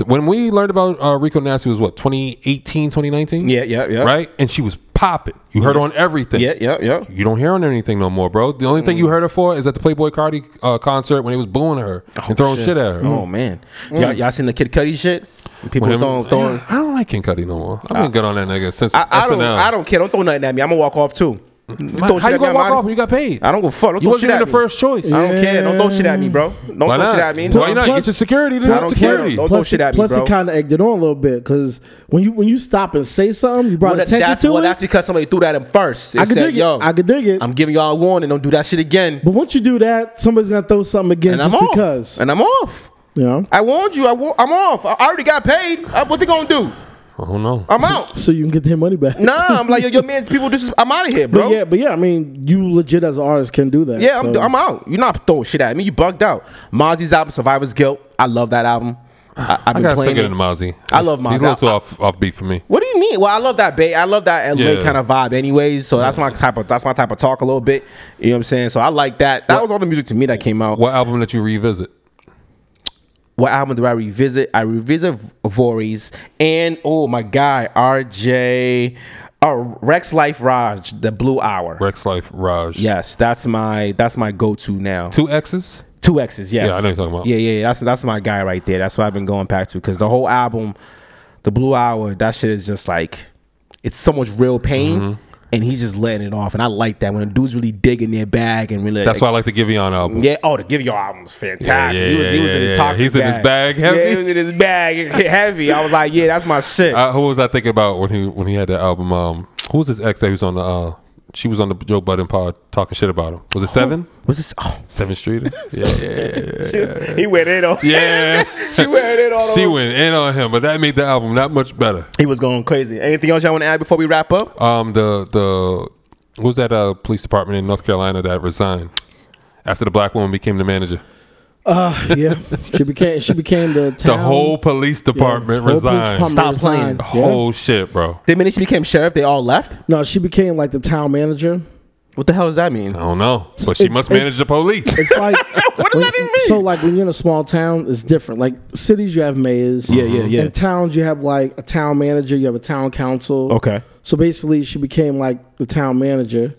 When we learned about uh, Rico Nasty was what 2018, 2019. Yeah, yeah, yeah. Right, and she was popping. You heard on everything. Yeah, Mm. yeah, yeah. You don't hear on anything no more, bro. The only thing you heard her for is at the Playboy Cardi uh, concert when they was booing her and throwing shit, at her. Oh man, y'all, y'all seen the Kid Cudi shit? People When him- throwing throwing. I don't like King Cudi no more. I've been good on that nigga since I, I SNL. don't I don't care. Don't throw nothing at me. I'm gonna walk off too. My- You throw Mm. How shit you at gonna me, walk I'm out- off? when You got paid. I don't go fuck. Don't You throw shit wasn't at even the me. first choice. I don't care. Don't throw shit at me, bro. Don't Why throw not? shit at Why me. Don't- not? Plus- Get your security. dude. I don't care. Security. Don't throw plus, shit at me, plus bro. it kind of egged it on a little bit because when you when you stop and say something, you brought Well, that- attention that's, to well, it. that's because somebody threw that at him first. It I could said, dig Yo, it. I could dig it. I'm giving y'all a warning. Don't do that shit again. but once you do that, somebody's gonna throw something again and I'm just off. because. And I'm off. you know. I warned you. I wa- I'm off. I I already got paid. I- Uh, what they gonna do? I don't know. [LAUGHS] I'm out. so you can get their money back. Nah, I'm like, yo, your man, people, this is, I'm out of here, but bro. yeah, but yeah, I mean, you legit as an artist can do that. Yeah, I'm, so- I'm out. You're not throwing shit at me. You bugged out. Mozzie's album, Survivor's Guilt. I love that album. I, I've I been gotta still playing get it. into Mozzie. I love He's a Mozzie. little too off off beat for me. What do you mean? Well, I love that bay. I love that LA Yeah. kind of vibe, anyways. So that's my type of that's my type of talk a little bit. You know what I'm saying? So I like that. That was all the music to me that came out. What, What album that you revisit? album do I revisit? I revisit V- Voorhees and oh my guy, RJ, oh, Rex Life Raj, the Blue Hour. Rex Life Raj. Yes, that's my that's my go to now. Two X's. Two X's, yes. Yeah, I know you're talking about. Yeah, yeah, yeah. That's that's my guy right there. That's what I've been going back to because the whole album, the Blue Hour, that shit is just like, it's so much real pain, Mm-hmm. and he's just letting it off, and I like that when dudes really dig in their bag and really. That's why I like the Giveon album. Yeah. Oh, the Give Your album was fantastic. Yeah, yeah, he was, he yeah, was yeah, in his yeah. toxic. He's in his bag heavy. Yeah, he was in his bag [LAUGHS] heavy. I was like, yeah, that's my shit. Uh, who was I thinking about when he when he had that album? Um, who was his ex that he was on the? Uh, she was on the Joe Budden pod talking shit about him. Was it Seven? was this? Oh, Seventh [LAUGHS] Street? Yeah, yeah, he went in on. [LAUGHS] yeah. she went in on. she him. went in on him, but that made the album that much better. He was going crazy. Anything else y'all want to add before we wrap up? Um, the the what was that uh police department in North Carolina that resigned after the black woman became the manager? Uh, [LAUGHS] yeah, she became she became the The town, whole police yeah, department whole police resigned. department Stop playing. resigned, yeah. Whole shit, bro. The minute she became sheriff, they all left. No, she became like the town manager. What the hell does that mean? I don't know, but she It's- must manage it's- the police. [LAUGHS] It's like What does that even mean? So like when you're in a small town, it's different. Like cities, you have mayors. Yeah, yeah, yeah. In towns, you have like a town manager. You have a town council. Okay. So basically, she became like the town manager,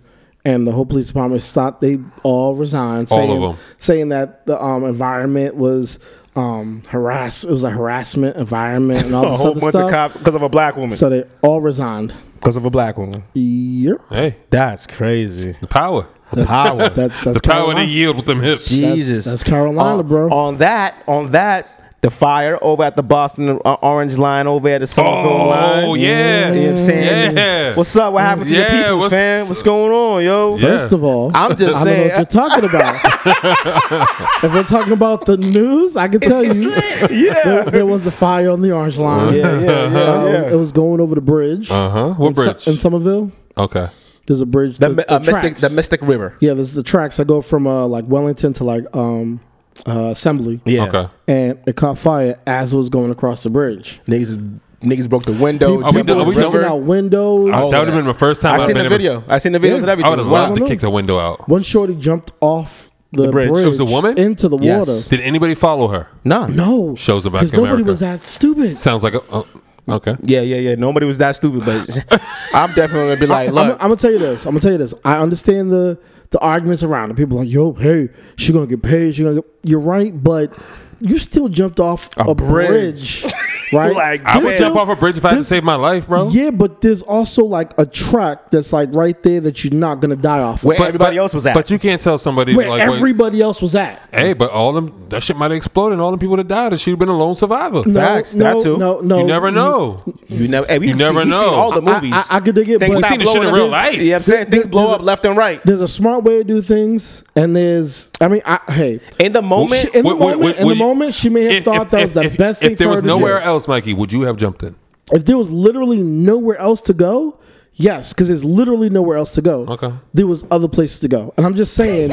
and the whole police department stopped. They all resigned. All of saying, them. saying that the um, environment was um, harass. It was a harassment environment [LAUGHS] and all a this whole other bunch stuff. of cops because of a black woman. So they all resigned. Because of a black woman. Yep. hey, That's crazy. the power, [LAUGHS] That's, Power. That's, that's the Uh, power Carolina. they yield with them hips. Jesus. that's Carolina, On- bro. On that, on that, the fire over at the Boston uh, Orange line over at the Somerville Oh, line. yeah. You know what I'm saying? Yeah. What's up? What happened to Yeah, the people, what's- fam? What's going on, yo? Yeah. First of all, I'm just I saying- don't know what you're talking about. [LAUGHS] if we're talking about the news, I can tell you Yeah. there, there was a fire on the orange line. [LAUGHS] Yeah, yeah, yeah, Uh, it was- yeah. It was going over the bridge. Uh huh. Uh-huh. What in Su- bridge? in Somerville? okay. There's a bridge. The, The, Mi- uh, the Mystic, tracks. the Mystic River. yeah, there's the tracks that go from uh, like Wellington to like um, uh, Assembly. Yeah. Okay. And it caught fire as it was going across the bridge. Niggas, is- niggas broke the window. Are we Oh, jumped done- on are we the done Breaking with river. out windows. I- that would have been my first time. I I've seen been the able- video. I seen the videos Yeah. and I everything. would have It was wild. loved to kick the window out. One shorty jumped off the, bridge. bridge. It was a woman? into the Yes. water. Did anybody follow her? Nah. No, Shows about because nobody America. was that stupid. Sounds like a. Uh, okay. Yeah, yeah, yeah. Nobody was that stupid, [LAUGHS] but I'm definitely gonna be like, I'm, look, I'm gonna tell you this. I'm gonna tell you this. I understand the the arguments around it. People like, yo, hey, she gonna get paid. She gonna. Get, you're right, but you still jumped off a, bridge. bridge. right? Like, I This would jump dude- off a bridge if I had to this- save my life, bro. Yeah, but there's also like a track that's like right there that you're not gonna die off. of. where everybody else was at. But you can't tell somebody where like, wait, everybody else was at. hey, but all them that shit might have exploded, and all them people that died, and she'd have been a lone survivor. No, Facts, that no, too. no, no. you never know. you never, hey, we You see- never we see know. all the I- I- movies. I, I could dig it, Things but We seen this shit in blowing real up. life. Yeah, I'm saying There's- things blow there's up a- left and right. there's a smart way to do things, and there's. I mean, I, hey, In the moment, she- in the Would- would- moment, would- in would the you- moment, she may have thought that was the if- best if thing there for was her to nowhere do. else, Mikey, would you have jumped in? If there was literally nowhere else to go, yes, because there's literally nowhere else to go. Okay. There was other places to go, and I'm just saying,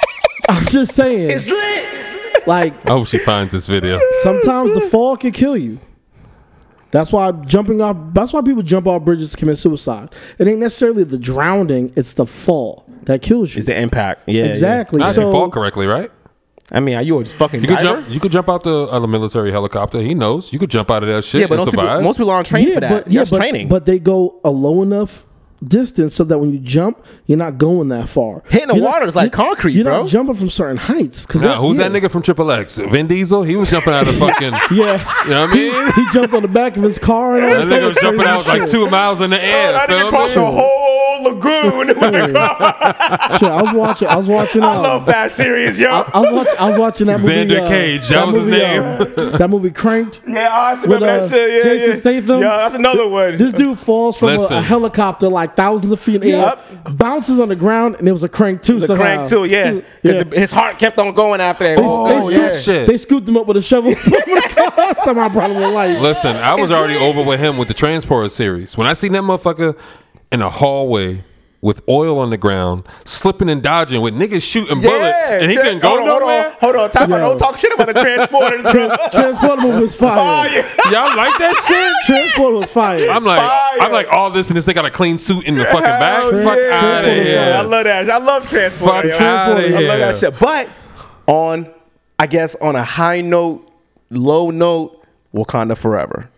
[LAUGHS] I'm just saying, it's lit. Like I hope she finds this video. sometimes the fall can kill you. That's why jumping off. That's why people jump off bridges to commit suicide. It ain't necessarily the drowning; it's the fall that kills you. is the impact. Yeah, yeah. exactly. Not if you so fall correctly, right? I mean, are you a fucking You could diver? jump. You could jump out the, out the military helicopter. He knows. You could jump out of that shit Yeah, and but most people, survive. most people aren't trained for that. But, That's but, training. But they go a low enough distance so that when you jump, you're not going that far. Hitting the You're not- water is like you- concrete, You're bro. not jumping from certain heights. Cause nah, who's that nigga from Triple X? Vin Diesel. He was jumping [LAUGHS] out of fucking. you Yeah. [LAUGHS] know what I mean? he jumped on the back of his car and all That this other nigga was jumping crazy out like shit. two miles in the air. that feel nigga me? crossed the whole good [LAUGHS] when it was in Shit, I was watching. I was watching. I um, love Fast Series, yo. I was, watch, I was watching that movie. Xander Cage, that was his movie, uh, that movie [LAUGHS] Cranked. yeah, oh, I see with, what that uh, shit. Yeah, Jason yeah. Statham. Yeah, that's another one. This dude falls from a, Listen. a helicopter like thousands of feet in the air, bounces on the ground, and it was a crank too. the crank too, yeah. His, his heart kept on going after that. Oh, they, yeah. scooped, Shit. they scooped him up with a shovel. Somehow brought him to life. Listen, I was It's already lit. over with him with the transporter series. When I seen that motherfucker in a hallway with oil on the ground, slipping and dodging with niggas shooting bullets, and he yeah. couldn't go hold on, nowhere. Hold on, hold on. Talk about, Yo. don't talk shit about the [LAUGHS] transporter. Tra- Transporter was oh, fire. yeah. Y'all like that shit? Transporter was fire. I'm like, Fire. I'm like, all this and this. They got a clean suit in the fucking back. Hell Fuck Oh, yeah. out of I here. love that. I love Fuck transporter. out yo. of Transporter. here. I love that shit. But on, I guess, on a high note, low note, Wakanda Forever.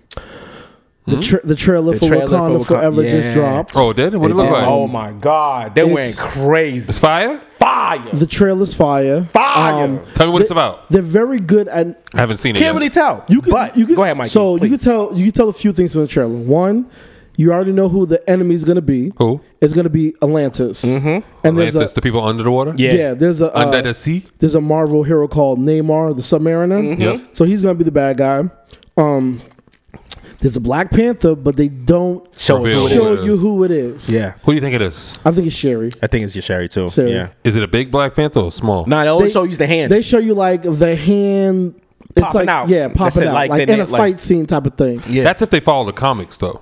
the, tra- the trailer for trailer for Wakanda Wakan- Forever yeah. just dropped. Oh, did it? What it look did. like? Oh my God, they went It's- It's crazy. fire. Fire. The trailer's fire. Um, Fire. Tell me what it's about. They're very good at I haven't seen it. Yet. Can't really tell. You can, but you can, go ahead, Mike. So you can tell you can tell a few things from the trailer. One, you already know who the enemy is going to be. Who? It's going to be Atlantis. Mm-hmm. And Atlantis, there's a the people under the water. Yeah. yeah. there's a Under uh, the sea. there's a Marvel hero called Neymar the Submariner. Mm-hmm. Yep. So he's going to be the bad guy. Um, there's a Black Panther, but they don't show us who it show is. is. you who it is. Yeah, Who do you think it is? I think it's Sherry. I think it's just Sherry too. Sherry. Yeah. Is it a big Black Panther or small? No, they always They- show you the hand. They show you like the hand. It's Popping like out. yeah, That's popping it, out like, like, they- in a like- fight scene type of thing. yeah. That's if they follow the comics though.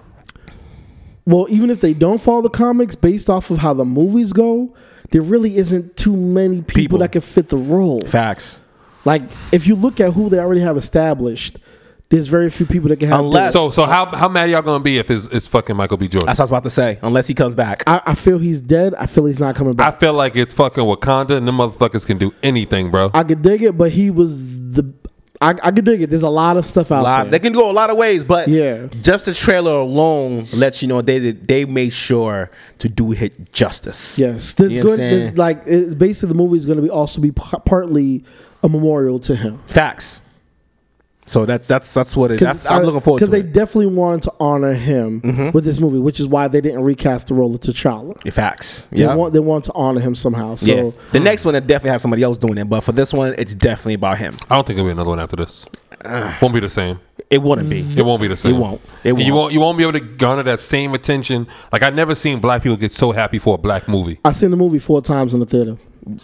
well, even if they don't follow the comics, based off of how the movies go, there really isn't too many people, People. that can fit the role. facts. Like, if you look at who they already have established, there's very few people that can have. Unless- Unless So so how how mad y'all gonna be if it's, it's fucking Michael B. Jordan? That's what I was about to say. Unless he comes back. I, I feel he's dead. I feel he's not coming I back. feel like it's fucking Wakanda and them motherfuckers can do anything, bro. I, could dig it, but he was the. I, I could dig it. There's a lot of stuff out lot, they there. can go a lot of ways, but Yeah. just the trailer alone lets you know they did- they made sure to do hit justice. Yes, there's You know what good. I'm saying? There's like it's basically the movie is going to be also be p- partly a memorial to him. Facts. So that's that's that's what it. That's, I'm looking forward to because they it. Mm-hmm. definitely wanted to honor him with this movie, which is why they didn't recast the role of T'Challa. Facts. They Yeah. want they want to honor him somehow. So yeah. The next one, they definitely have somebody else doing it, but for this one, it's definitely about him. I don't think there'll be another one after [SIGHS] this. won't be the same. It wouldn't be. Mm. It won't be the same. won't. It And You won't. won't. You won't be able to garner that same attention. Like I never seen black people get so happy for a black movie. I seen the movie four times in the theater.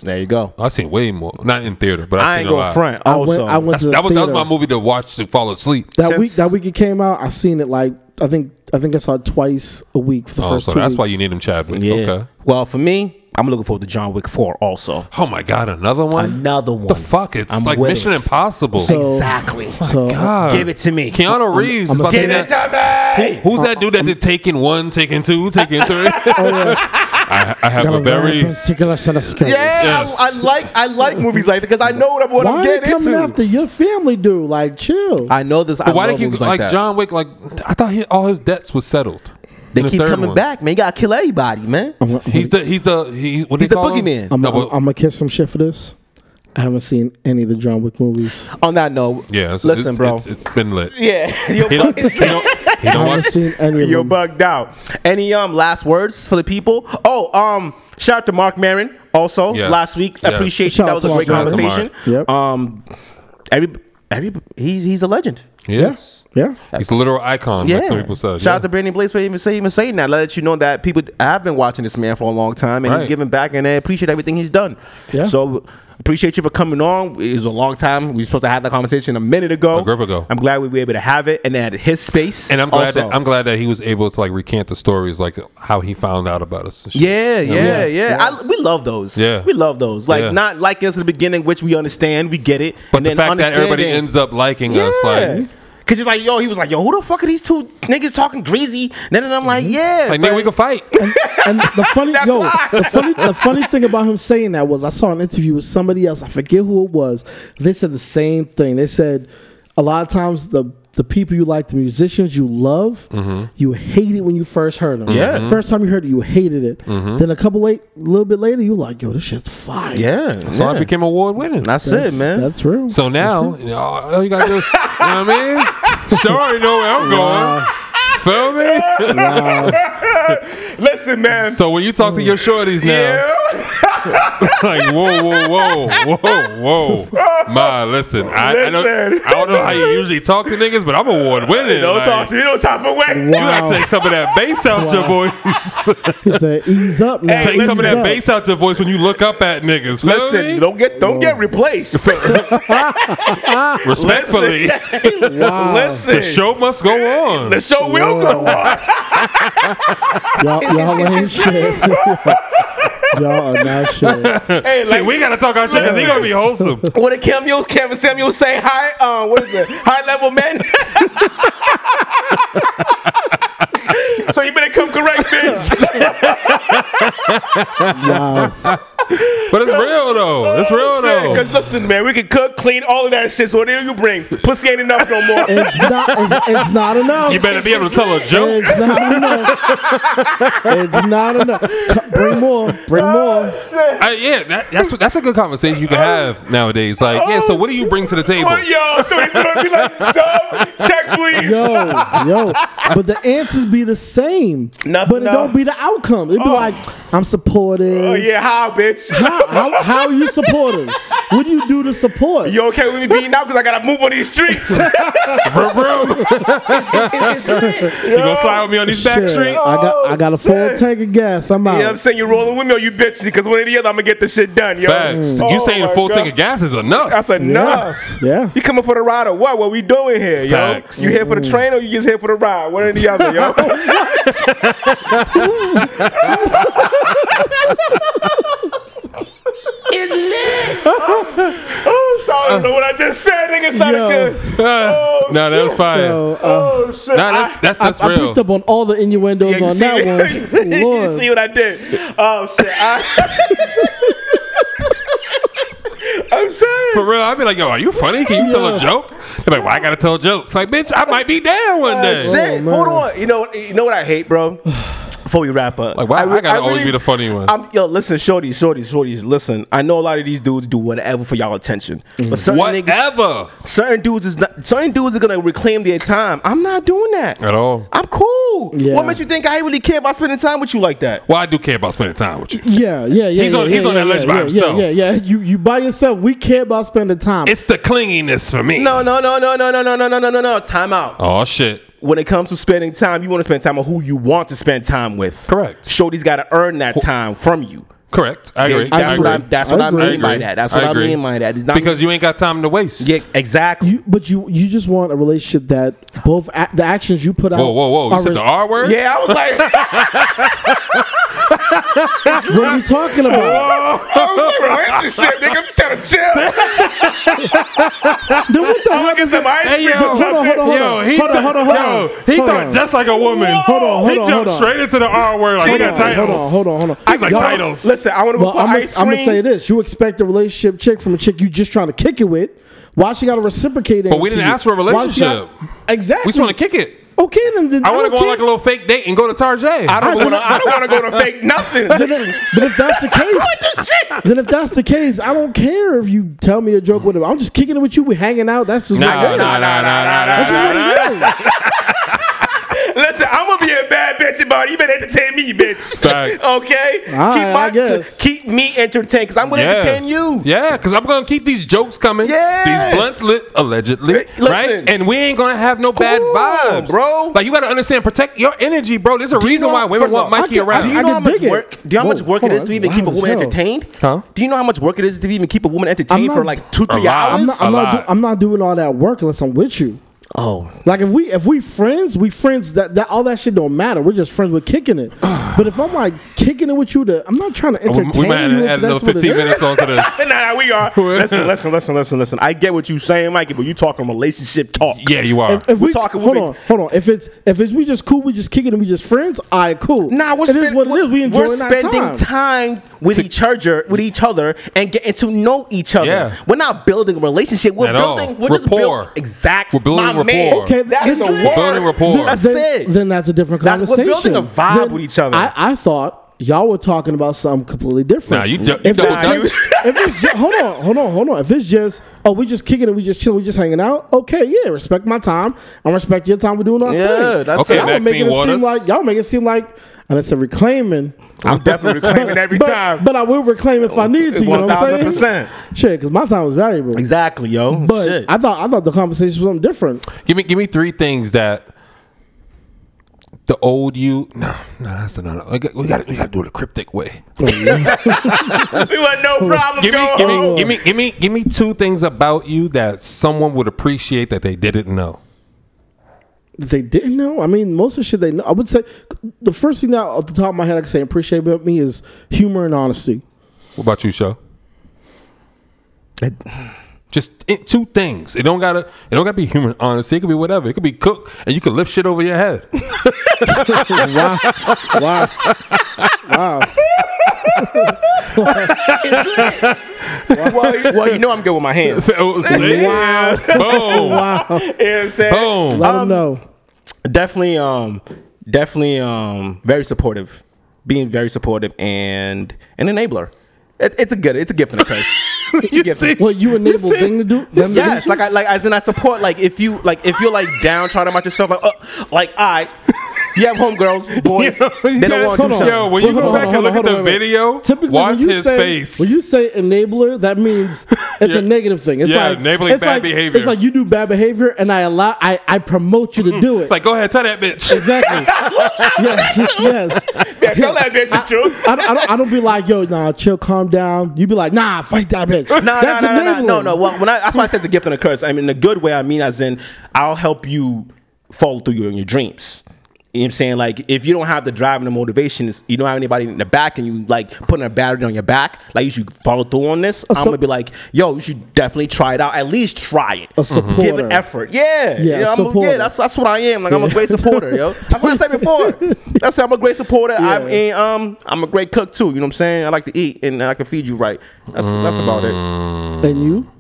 There you go. I seen way more. Not in theater, but I, I seen ain't a going lot. front. I Also, went. I went That's, to the that was that was theater. my movie to watch to fall asleep. That since- week that week it came out, I seen it like I think I think I saw it twice a week for the Oh, first so two. that's why you weeks. need them Chadwick. [LAUGHS] yeah. Okay. Well, for me, I'm looking forward to John Wick Four. Also, Oh my God, another one. another one. The fuck? It's I'm like with Mission it. Impossible. So- Exactly. So God. Give it to me. Keanu Reeves I'm is about to a- be Give it that. to me. Who's that dude that did Taken One, Taken Two, Taken Three? [LAUGHS] I, I have got a very particular set of skills. Yeah, Yes. I, I like I like movies like that because I know what, I'm- what Why I'm are they getting coming into. after your family, dude? Like, chill. I know this. I But why love did you movies like, like, that. John Wick? Like I thought he, all his debts was settled. they In the keep third coming one. back, man. You gotta kill everybody, man. I'm, I'm, He's the he's the he, what He's they the call him? boogeyman. I'm, No, I'm, but- I'm gonna kiss some shit for this. I haven't seen any of the John Wick movies. On that note, yeah, it's- listen, it's- bro. it's- it's been lit. yeah, [LAUGHS] you're, He don't, he bugged- don't, he I don't watch. haven't seen any of you're them. bugged out. Any um last words for the people? Oh, um, shout out to Mark Marin. Also, Yes. last week, Yes. appreciate you. Shout That out was to a great Mark Maron. conversation. Yep. Um, every every he's he's a legend. Yes, yeah. he's a literal icon. Yeah. like some people said. Shout out to Brandon Blaze for even saying, even saying that. Let you know that people have been watching this man for a long time and Right. he's giving back and they appreciate everything he's done. Yeah. So appreciate you for coming on. It was a long time. We were supposed to have that conversation a minute ago. A grip ago. I'm glad we were able to have it and at his space. and I'm glad also. that I'm glad that he was able to like recant the stories, like how he found out about us. and shit. yeah, yeah, yeah. Yeah. I, we love those. Yeah. we love those. Like Yeah. not like us in the beginning, which we understand, we get it. but the fact that everybody understanding- ends up liking us, like, Cause it's like, yo, he was like, yo, who the fuck are these two niggas talking greasy? Then I'm like, yeah, Mm-hmm. like nigga, but- we can fight. and the [LAUGHS] funny That's yo, why. the funny the funny thing about him saying that was I saw an interview with somebody else. I forget who it was. They said the same thing. They said a lot of times the the people you like, the musicians you love, Mm-hmm. you hate it when you first heard them. Yeah. Mhm. First time you heard it, you hated it. Mm-hmm. Then a couple late, little bit later, you like, yo, this shit's fire. yeah, So I yeah. became award winning. That's, that's, it, man. That's [LAUGHS] real. So [LAUGHS] now, you know, all you got this. you know what I mean? Sure, you know where I'm going. Feel me? Listen, man. So when you talk to your shorties now, yeah. [LAUGHS] like whoa, whoa, whoa, whoa, whoa, ma, listen, I, I, Listen. don't, I don't know how you usually talk to niggas, but I'm award winning. Don't talk to me. Don't type of way. You Wow. gotta take some of that bass out your voice. He said, "Ease up, now. [LAUGHS] take listen. some of that up. bass out your voice when you look up at niggas. feel me? Listen, don't get don't get replaced. respectfully, [LAUGHS] Listen, the show must go on. the show will go on. Y'all, y'all ain't shit. [LAUGHS] y'all are not [LAUGHS] shit. Hey, See, we gotta talk our shit because he gonna be wholesome. What did Kim Mills, Kevin Samuels say? High, uh, what is it? High level men. [LAUGHS] so you better come correct, bitch. Wow. But it's real though. It's real though. Because listen, man, we can cook, clean, all of that shit. So whatever you bring, pussy ain't enough no more. [LAUGHS] It's not. It's, it's not enough. You better be able to tell a joke. It's not enough. it's not enough. Co- Bring more. Bring more. I, yeah, that, that's what- that's a good conversation you can have nowadays. Like, yeah. So what do you bring to the table? Well, yo, so he's gonna be like, dumb, check please. Yo, yo. But the answers be the same. Nothing, but it no. don't be the outcome. It be like, I'm supportive. Oh yeah, hi, bitch. how, how, how are you supportive? What do you do to support? You okay with me being out? Cause I gotta move on these streets. Vroom, vroom. you gonna slide with me on these back Shit, streets? I got I got a full tank of gas. I'm out. You know what Oh, I'm saying? You're rolling with me or you bitch because one or the other, I'm gonna get this shit done, yo. Facts. Oh you saying my full God. tank of gas is enough? [LAUGHS] That's enough. Yeah. You coming for the ride or what? What we doing here, Facts. yo? You here for the train or you just here for the ride? One or the other, yo. [LAUGHS] oh, so I don't know what I just said, nigga. Sounded Yo. good. Uh, no, that was shit. fine. So, uh, Oh shit. Nah, that's that's, that's I, I real. picked up on all the innuendos you on see [LAUGHS] that what- one. [LAUGHS] you Lord. see what I did? Oh shit. I, [LAUGHS] I'm sorry. For real, I'd be like, yo, are you funny? Can you tell a Yeah. joke? They're like, well, I gotta tell jokes. Like, bitch, I might be down one day. Shit, Oh, man. hold on. You know, what- you know what I hate, bro. Before we wrap up, Like, why I, re- gotta always really- be the funny one? I'm, yo, listen, shorties, shorties, shorties. Listen, I know a lot of these dudes do whatever for y'all attention, Mm-hmm. but certain niggas, Whatever. certain dudes is not, certain dudes are gonna reclaim their time. I'm not doing that At all. I'm cool. Yeah. What makes you think I really care about spending time with you like that? Well, I do care about spending time with you. Yeah, yeah, yeah. He's yeah, on- yeah, he's on yeah, that ledge yeah, by yeah, himself. Yeah, yeah, You you by yourself. We care about spending time. It's the clinginess for me. No, no, no, no, no, no, no, no, no, no, no, no. Time out. Oh shit. when it comes to spending time, you want to spend time with who you want to spend time with. Correct. Shorty's got to earn that time from you. Correct. I agree. That's I what agree. I, that's what I I, agree. mean by that. That's what I, agree. mean by that. It's not because you ain't got time to waste. yeah, exactly. you, but you you just want a relationship that both a- the actions you put out. Whoa, whoa, whoa! You are said re- the R word. [LAUGHS] yeah, I was like, [LAUGHS] What are you talking about? relationship, nigga. I'm just trying [LAUGHS] to chill. Then what the hell? Look at some ice Hey cream. yo, Hold on, hold on, hold yo, on. he Hold on, ju- hold on, hold yo, on. he Hold thought on. just like a woman. Hold on, he hold on, jumped hold on. straight into the R word like we got Jesus. titles. Hold on, hold on, hold on. He's like Y'all- titles. Listen, I want to go Well, for I'm ice cream. gonna say this: you expect a relationship chick from a chick you just trying to kick it with. Why she got to reciprocate? But we didn't ask for a relationship. exactly. we just want to kick it. Okay, then, then I want to don't go on care. like a little fake date and go to Tarjay. I don't want to. I don't want to go to [LAUGHS] fake nothing. But then- but if [LAUGHS] that's the case, then if that's the case, I don't care if you tell me a joke, whatever. I'm just kicking it with you. We're hanging out. That's just what it Nah, is. nah, nah, nah, nah, That's just nah, what nah. it is. Listen, I'm gonna be a bad bitch about it. You better entertain me, bitch. Facts. [LAUGHS] okay. keep All right, I guess. keep me entertained because I'm gonna entertain you. Yeah, because I'm gonna keep these jokes coming. Yeah. These blunts lit allegedly. Hey, listen. Right? And we ain't gonna have no bad Cool, vibes. bro. Like you gotta understand, protect your energy, bro. There's a you reason know- why women first of want all, I Mikey can- I around. do Do you know how can much dig it. work? Do you know how Whoa, much work hold it on, is to that's even keep a wild as woman hell. entertained? Huh? Do you know how much work it is to even keep a woman entertained not- for like two, three lot. hours? I'm I'm not, I'm, A not lot. do, I'm not doing all that work unless I'm with you. oh, Like if we if we friends, we friends. That, that all that shit don't matter. We're just friends. We're [SIGHS] kicking it. but if I'm like kicking it with you, to I'm not trying to We, entertain we might you. add, if add a that's little what it 15 is. minutes onto this. [LAUGHS] nah, nah, [LAUGHS] we are. listen, listen, listen, listen, listen. I get what you're saying, Mikey, but you talking relationship talk. Yeah, you are. If, if We're we talking hold women. on, hold on. If it's if it's we just cool, we just kicking it, we just friends. All right, cool. Nah, we're, It is spend- what it is. We enjoying we're that spending time. time, with each other, with each other, and getting to know each other. Yeah. We're not building a relationship. We're At all. building we're just building Rapport. exact. We're building my man. rapport. Okay, that's this the is- word. Building rapport. That's then, it. Then that's a different That- we're conversation. building a vibe Then with each other. I, I thought y'all were talking about something completely different. Nah, you du- you if, double it's just, if it's just, hold on, hold on, hold on. If it's just, oh, we just kicking it, we just chilling, we just hanging out. Okay, yeah, respect my time. I respect your time. We're doing our Yeah, thing. that's Okay, it. y'all Maxine making it seem Waters. like y'all make it seem like I didn't say reclaiming. I'm definitely reclaiming every but, time. but I will reclaim if I need to. You know what I'm saying? 1000%. Shit, because my time was valuable. Exactly, yo. But Shit. [LAUGHS] I thought I thought the conversation was something different. Give me give me three things that the old you. No, no, that's another. We got we got to do it a cryptic way. we had no problem Give me, going give home. me Oh. give me give me give me two things about you that someone would appreciate that they didn't know. that they didn't know. I mean, most of the shit they know. I would say the first thing that off the top of my head I can say appreciate about me is humor [LAUGHS] and honesty. What about you, show? Just it, two things. It don't gotta. It don't gotta be human. Honestly, it could be whatever. It could be cook, and you can lift shit over your head. wow, wow, wow. well, you- well, you know I'm good with [LAUGHS] my hands. you know [LAUGHS] Oh, see? Wow. Boom. what I'm saying? Boom. Let them know. Definitely, um, definitely, um, very supportive, being very supportive and an enabler. It, it's a good, it's a gift and a [LAUGHS] curse. It's a You gift see? and- What you enable said- thing to do? Them to Yes, do? like I like as in I support like if you like if you're like downtrodden about yourself like uh, like I you have homegirls boys [LAUGHS] You they don't gotta- want to do shit. hold on. Yo, when you Hold go on, back and hold look on, at hold on, the wait, wait. video, Typically, watch when you his say, face. When you say enabler, that means it's Yeah. a negative thing. It's Yeah, like enabling it's bad like- behavior. It's like you do bad behavior, and I allow, I, I promote you to do it. like, go ahead, tell that bitch. exactly. [LAUGHS] yes, yes. Yeah, tell that bitch the truth. I, don't- I don't, I don't be like, yo, nah, chill, calm down. You be like, nah, fight [LAUGHS] that bitch. [LAUGHS] No, no, That's no, no, no, enabling. no, no. Well, when I, that's why I said it's a gift and a curse. I mean, in a good way. I mean, as in, I'll help you follow through your, your dreams. You know what I'm saying? Like, if you don't have the drive and the motivation, it's- you don't have anybody in the back, and you like putting a battery on your back, like you should follow through on this. I'm gonna be like, yo, you should definitely try it out. At least try it. Mm-hmm. A supporter. Give it effort. Yeah. Yeah, a I'm a- supporter. yeah. That's that's what I am. Like, I'm a great supporter, [LAUGHS] yo. That's what I said before. That's I'm a great supporter. I'm Yeah. and, um, I'm a great cook too. You know what I'm saying? I like to eat, and I can feed you right. That's that's about it. And you?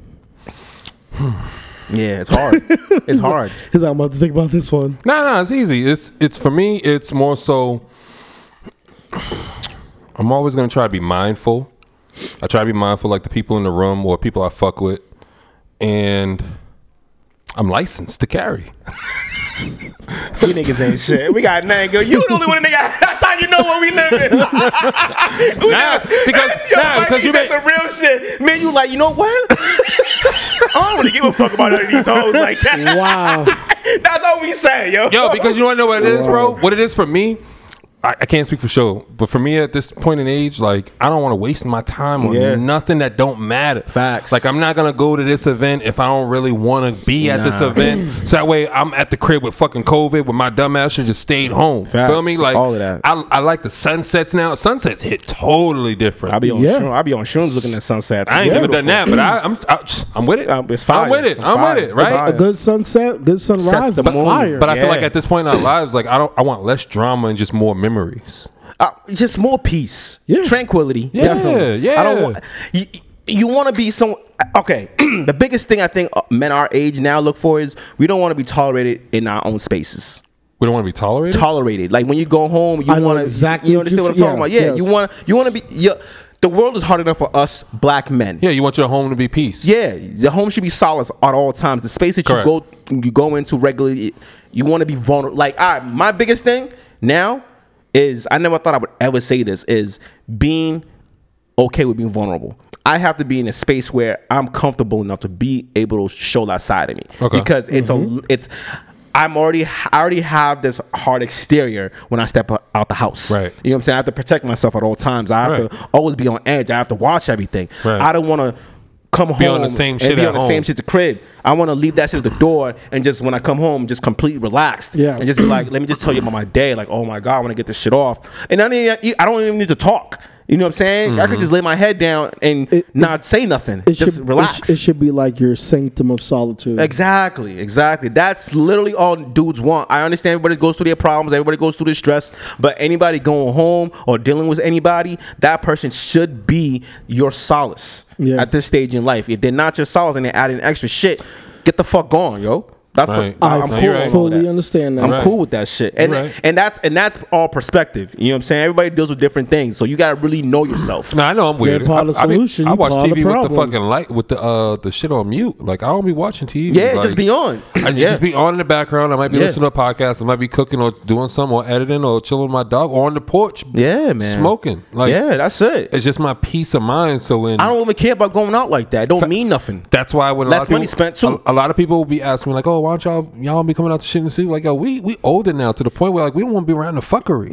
Yeah, it's hard. [LAUGHS] it's hard. He's like, I'm about to think about this one. [LAUGHS] Nah, nah, it's easy. It's it's for me. It's more so. I'm always gonna try to be mindful. I try to be mindful, like the people in the room or people I fuck with, and I'm licensed to [LAUGHS] carry. You niggas ain't shit. We got nine girl. You the only one nigga. [LAUGHS] That's how you know where we living. Nah, because nah, because you made make some real shit. Man, you like, you know what? [LAUGHS] I don't really give a fuck about none of these hoes like that. Wow. That's all we say, yo. yo because you want to know what it is, bro. What it is for me, I, I can't speak for sure, but for me at this point in age, like I don't want to waste my time on Yeah. nothing that don't matter. Facts. Like I'm not gonna go to this event if I don't really want to be at this Nah. [CLEARS THROAT] event. so that way I'm at the crib with fucking COVID, with my dumb ass should just stayed home. Feel Facts. me? Like All of that. I, I like the sunsets now. Sunsets hit totally different. I be on Yeah. shrooms. I be on shrooms looking at sunsets. I ain't Yeah. never done that, but I, I'm I, I'm with it. Um, it's fire. I'm with it. It's I'm fire. with it. It's Right? A good sunset, good sunrise, the the moon. fire. But I feel like Yeah. at this point in our lives, like I don't, I want less drama and just more memories. Uh, just more peace. Yeah. Tranquility. Yeah, yeah. I don't want you, you want to be some okay. [CLEARS THROAT] the biggest thing I think uh, men our age now look for is we don't want to be tolerated in our own spaces. We don't want to be tolerated. tolerated. Like when you go home, you I know want to exactly You what understand you- what I'm talking about? yes, Yeah, you yes. want you want to be. Yeah, the world is hard enough for us black men. yeah, you want your home to be peace. Yeah, the home should be solid at all times. The space that Correct. you go you go into regularly, you want to be vulnerable. Like, all right, my biggest thing now is I never thought I would ever say this is being okay with being vulnerable. I have to be in a space where I'm comfortable enough to be able to show that side of me Okay. because it's a it's. I'm already I already have this hard exterior when I step o- out the house. Right. You know what I'm saying? I have to protect myself at all times. I have Right. to always be on edge. I have to watch everything. Right. I don't want to come home Be on the same shit and be at on the home. same shit at the crib. I want to leave that shit at the door and just when I come home, just complete relaxed. Yeah. And just be like, let me just tell you about my day. Like, oh my god, I want to get this shit off. And I don't even, I don't even need to talk. You know what I'm saying? I Mm-hmm. could just lay my head down and It- not say nothing. it just should, relax. It, sh- it should be like your sanctum of solitude. Exactly, exactly. That's literally all dudes want. I understand everybody goes through their problems, everybody goes through their stress, but anybody going home or dealing with anybody, that person should be your solace Yeah. at this stage in life. If they're not your solace and they're adding extra shit, get the fuck gone, yo. That's Right. i I'm I I'm No, cool. you're with right. all that. fully understand that. I'm Right. cool with that shit. And Right. and that's and that's all perspective. You know what I'm saying? Everybody deals with different things, so you gotta really know yourself. No, I know I'm weird. part of the I, I be- solution, I you watch part of the TV with the problem. fucking light with the uh the shit on mute. Like I don't be watching TV. yeah, like, just be on. I yeah. just be on in the background. I might be Yeah. listening to a podcast. I might be cooking or doing something or editing or chilling with my dog or on the porch. Yeah, man. Smoking. Like yeah, that's it. it's just my peace of mind. So when I don't even care about going out like that. It don't mean nothing. That's why when a Less lot of people, money spent, too. A, a lot of people will be asking me like, "Oh, why don't y'all y'all be coming out to shit in the city?" Like, yo, we we older now to the point where like we don't want to be around the [SIGHS] fuckery.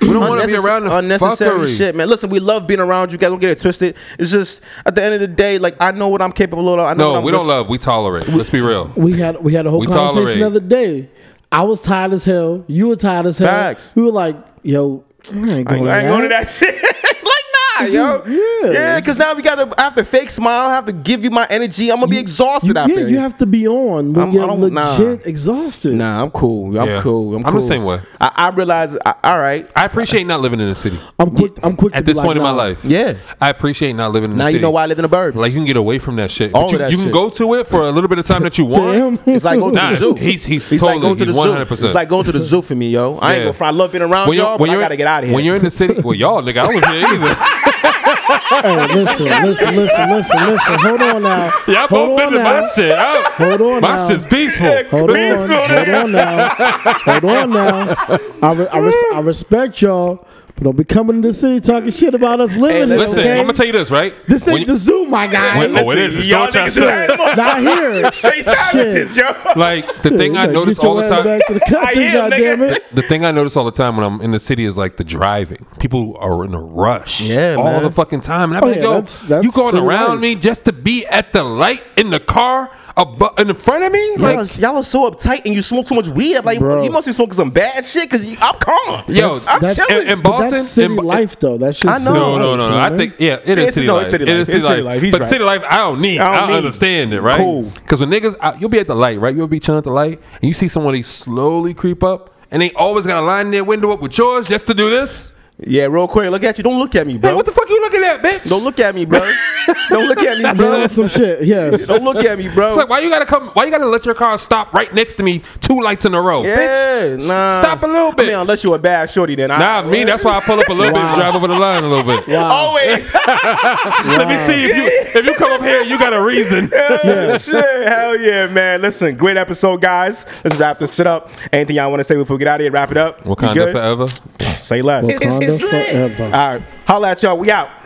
We don't want to be Unnecess- around the unnecessary fuckery. shit, man. Listen, we love being around you guys. Don't get it twisted. It's just at the end of the day, like I know what I'm capable of. I know what No, I'm we don't lis- love. We tolerate. Let's be real. We had we had a whole We conversation the other day. I was tired as hell. You were tired as hell. Facts. We were like, yo, I ain't I going, ain't going to that shit. [LAUGHS] like nah, It's yo. just- yeah. yeah, because now we gotta I have to fake smile, I have to give you my energy. I'm gonna be exhausted You, after. yeah, you have to be on when I'm- I you're don't- legit nah. exhausted. Nah, I'm cool. I'm Yeah. cool. I'm, I'm the cool. same way. I, I realize. I, all right. I appreciate not living in the city I'm quick. I'm quick to at be this like, point in my nah. life. Yeah. I appreciate not living in Now the city. you know why I live in the burbs. Like you can get away from that shit. All But you, of that you can shit. go to it for a little bit of time that you want. Damn. it's like going Nah, to the zoo. he's- he's It's totally- going to the he's zoo. 100%. It's like going to the zoo for me, yo. I ain't Yeah. gonna fry. I love being around you're- y'all, but I you're- gotta get out of here. When you're in the city, well, y'all, nigga, I don't live here either. [LAUGHS] [LAUGHS] Hey, listen, listen, listen, listen, listen. Hold [LAUGHS] on now. Y'all Hold both on been to now. my shit. I- Hold on My now. shit's peaceful. Hold on, hold on now, hold on now. I, re- I, res- I respect y'all, but don't be coming to the city talking shit about us living. it, Listen, okay? I'm gonna tell you this, right? this ain't When you- the zoo, my guy. When- oh, it is. It's y'all Don't try niggas to- are animals. [LAUGHS] Not here. Straight savages, yo. like the thing I Like, notice get your all the ass time. Back to [LAUGHS] the country, am, goddamn nigga. it. The thing I notice all the time when I'm in the city is like the driving. People are in a rush, Yeah, all man. the fucking time. And I'm Oh, like, yeah, yo, that's- that's you going city around life. me just to be at the light in the car, abo- in the front of me? Y'all, Like, is- y'all are so uptight and you smoke so much weed. I'm like, Bro. you must be smoking some bad shit because I'm calm. yo, That's- I'm that's- chilling. in, in but Boston. that's city in, Bo- life, though. That's just I know. city No, no, life, no, you know no. what I mean? think yeah, it is It's- city no, life. it's city It life. is city It's city life. life. He's But right. city life, I don't need. I I, don't need. understand it, right? Cool. Because when niggas, I, you'll be at the light, right? You'll be chilling at the light, and you see someone they slowly creep up, and they always got to line their window up with yours just to do this. Yeah, real quick. Look at you. Don't look at me, bro. Hey, what the fuck you looking at, bitch? Don't look at [LAUGHS] me, bro. Don't look at me, That bro. was [LAUGHS] some shit. Yes. Don't look at me, bro. It's like why you gotta come? Why you gotta let your car stop right next to me, two lights in a row, yeah, bitch? S- nah. Stop a little bit. I mean, unless you're a bad shorty, then nah, I, me. That's why I pull up a little bit and drive over the line a little bit. Always. Let me see if you if you come up here, you got a reason. Yeah, [LAUGHS] shit, hell yeah, man. Listen, great episode, guys. Let's wrap this shit up. Anything y'all want to say before we get out of here? Wrap it up. We Wakanda good? forever. Say less. Wakanda it's lit. forever. All right, holla at y'all. We out.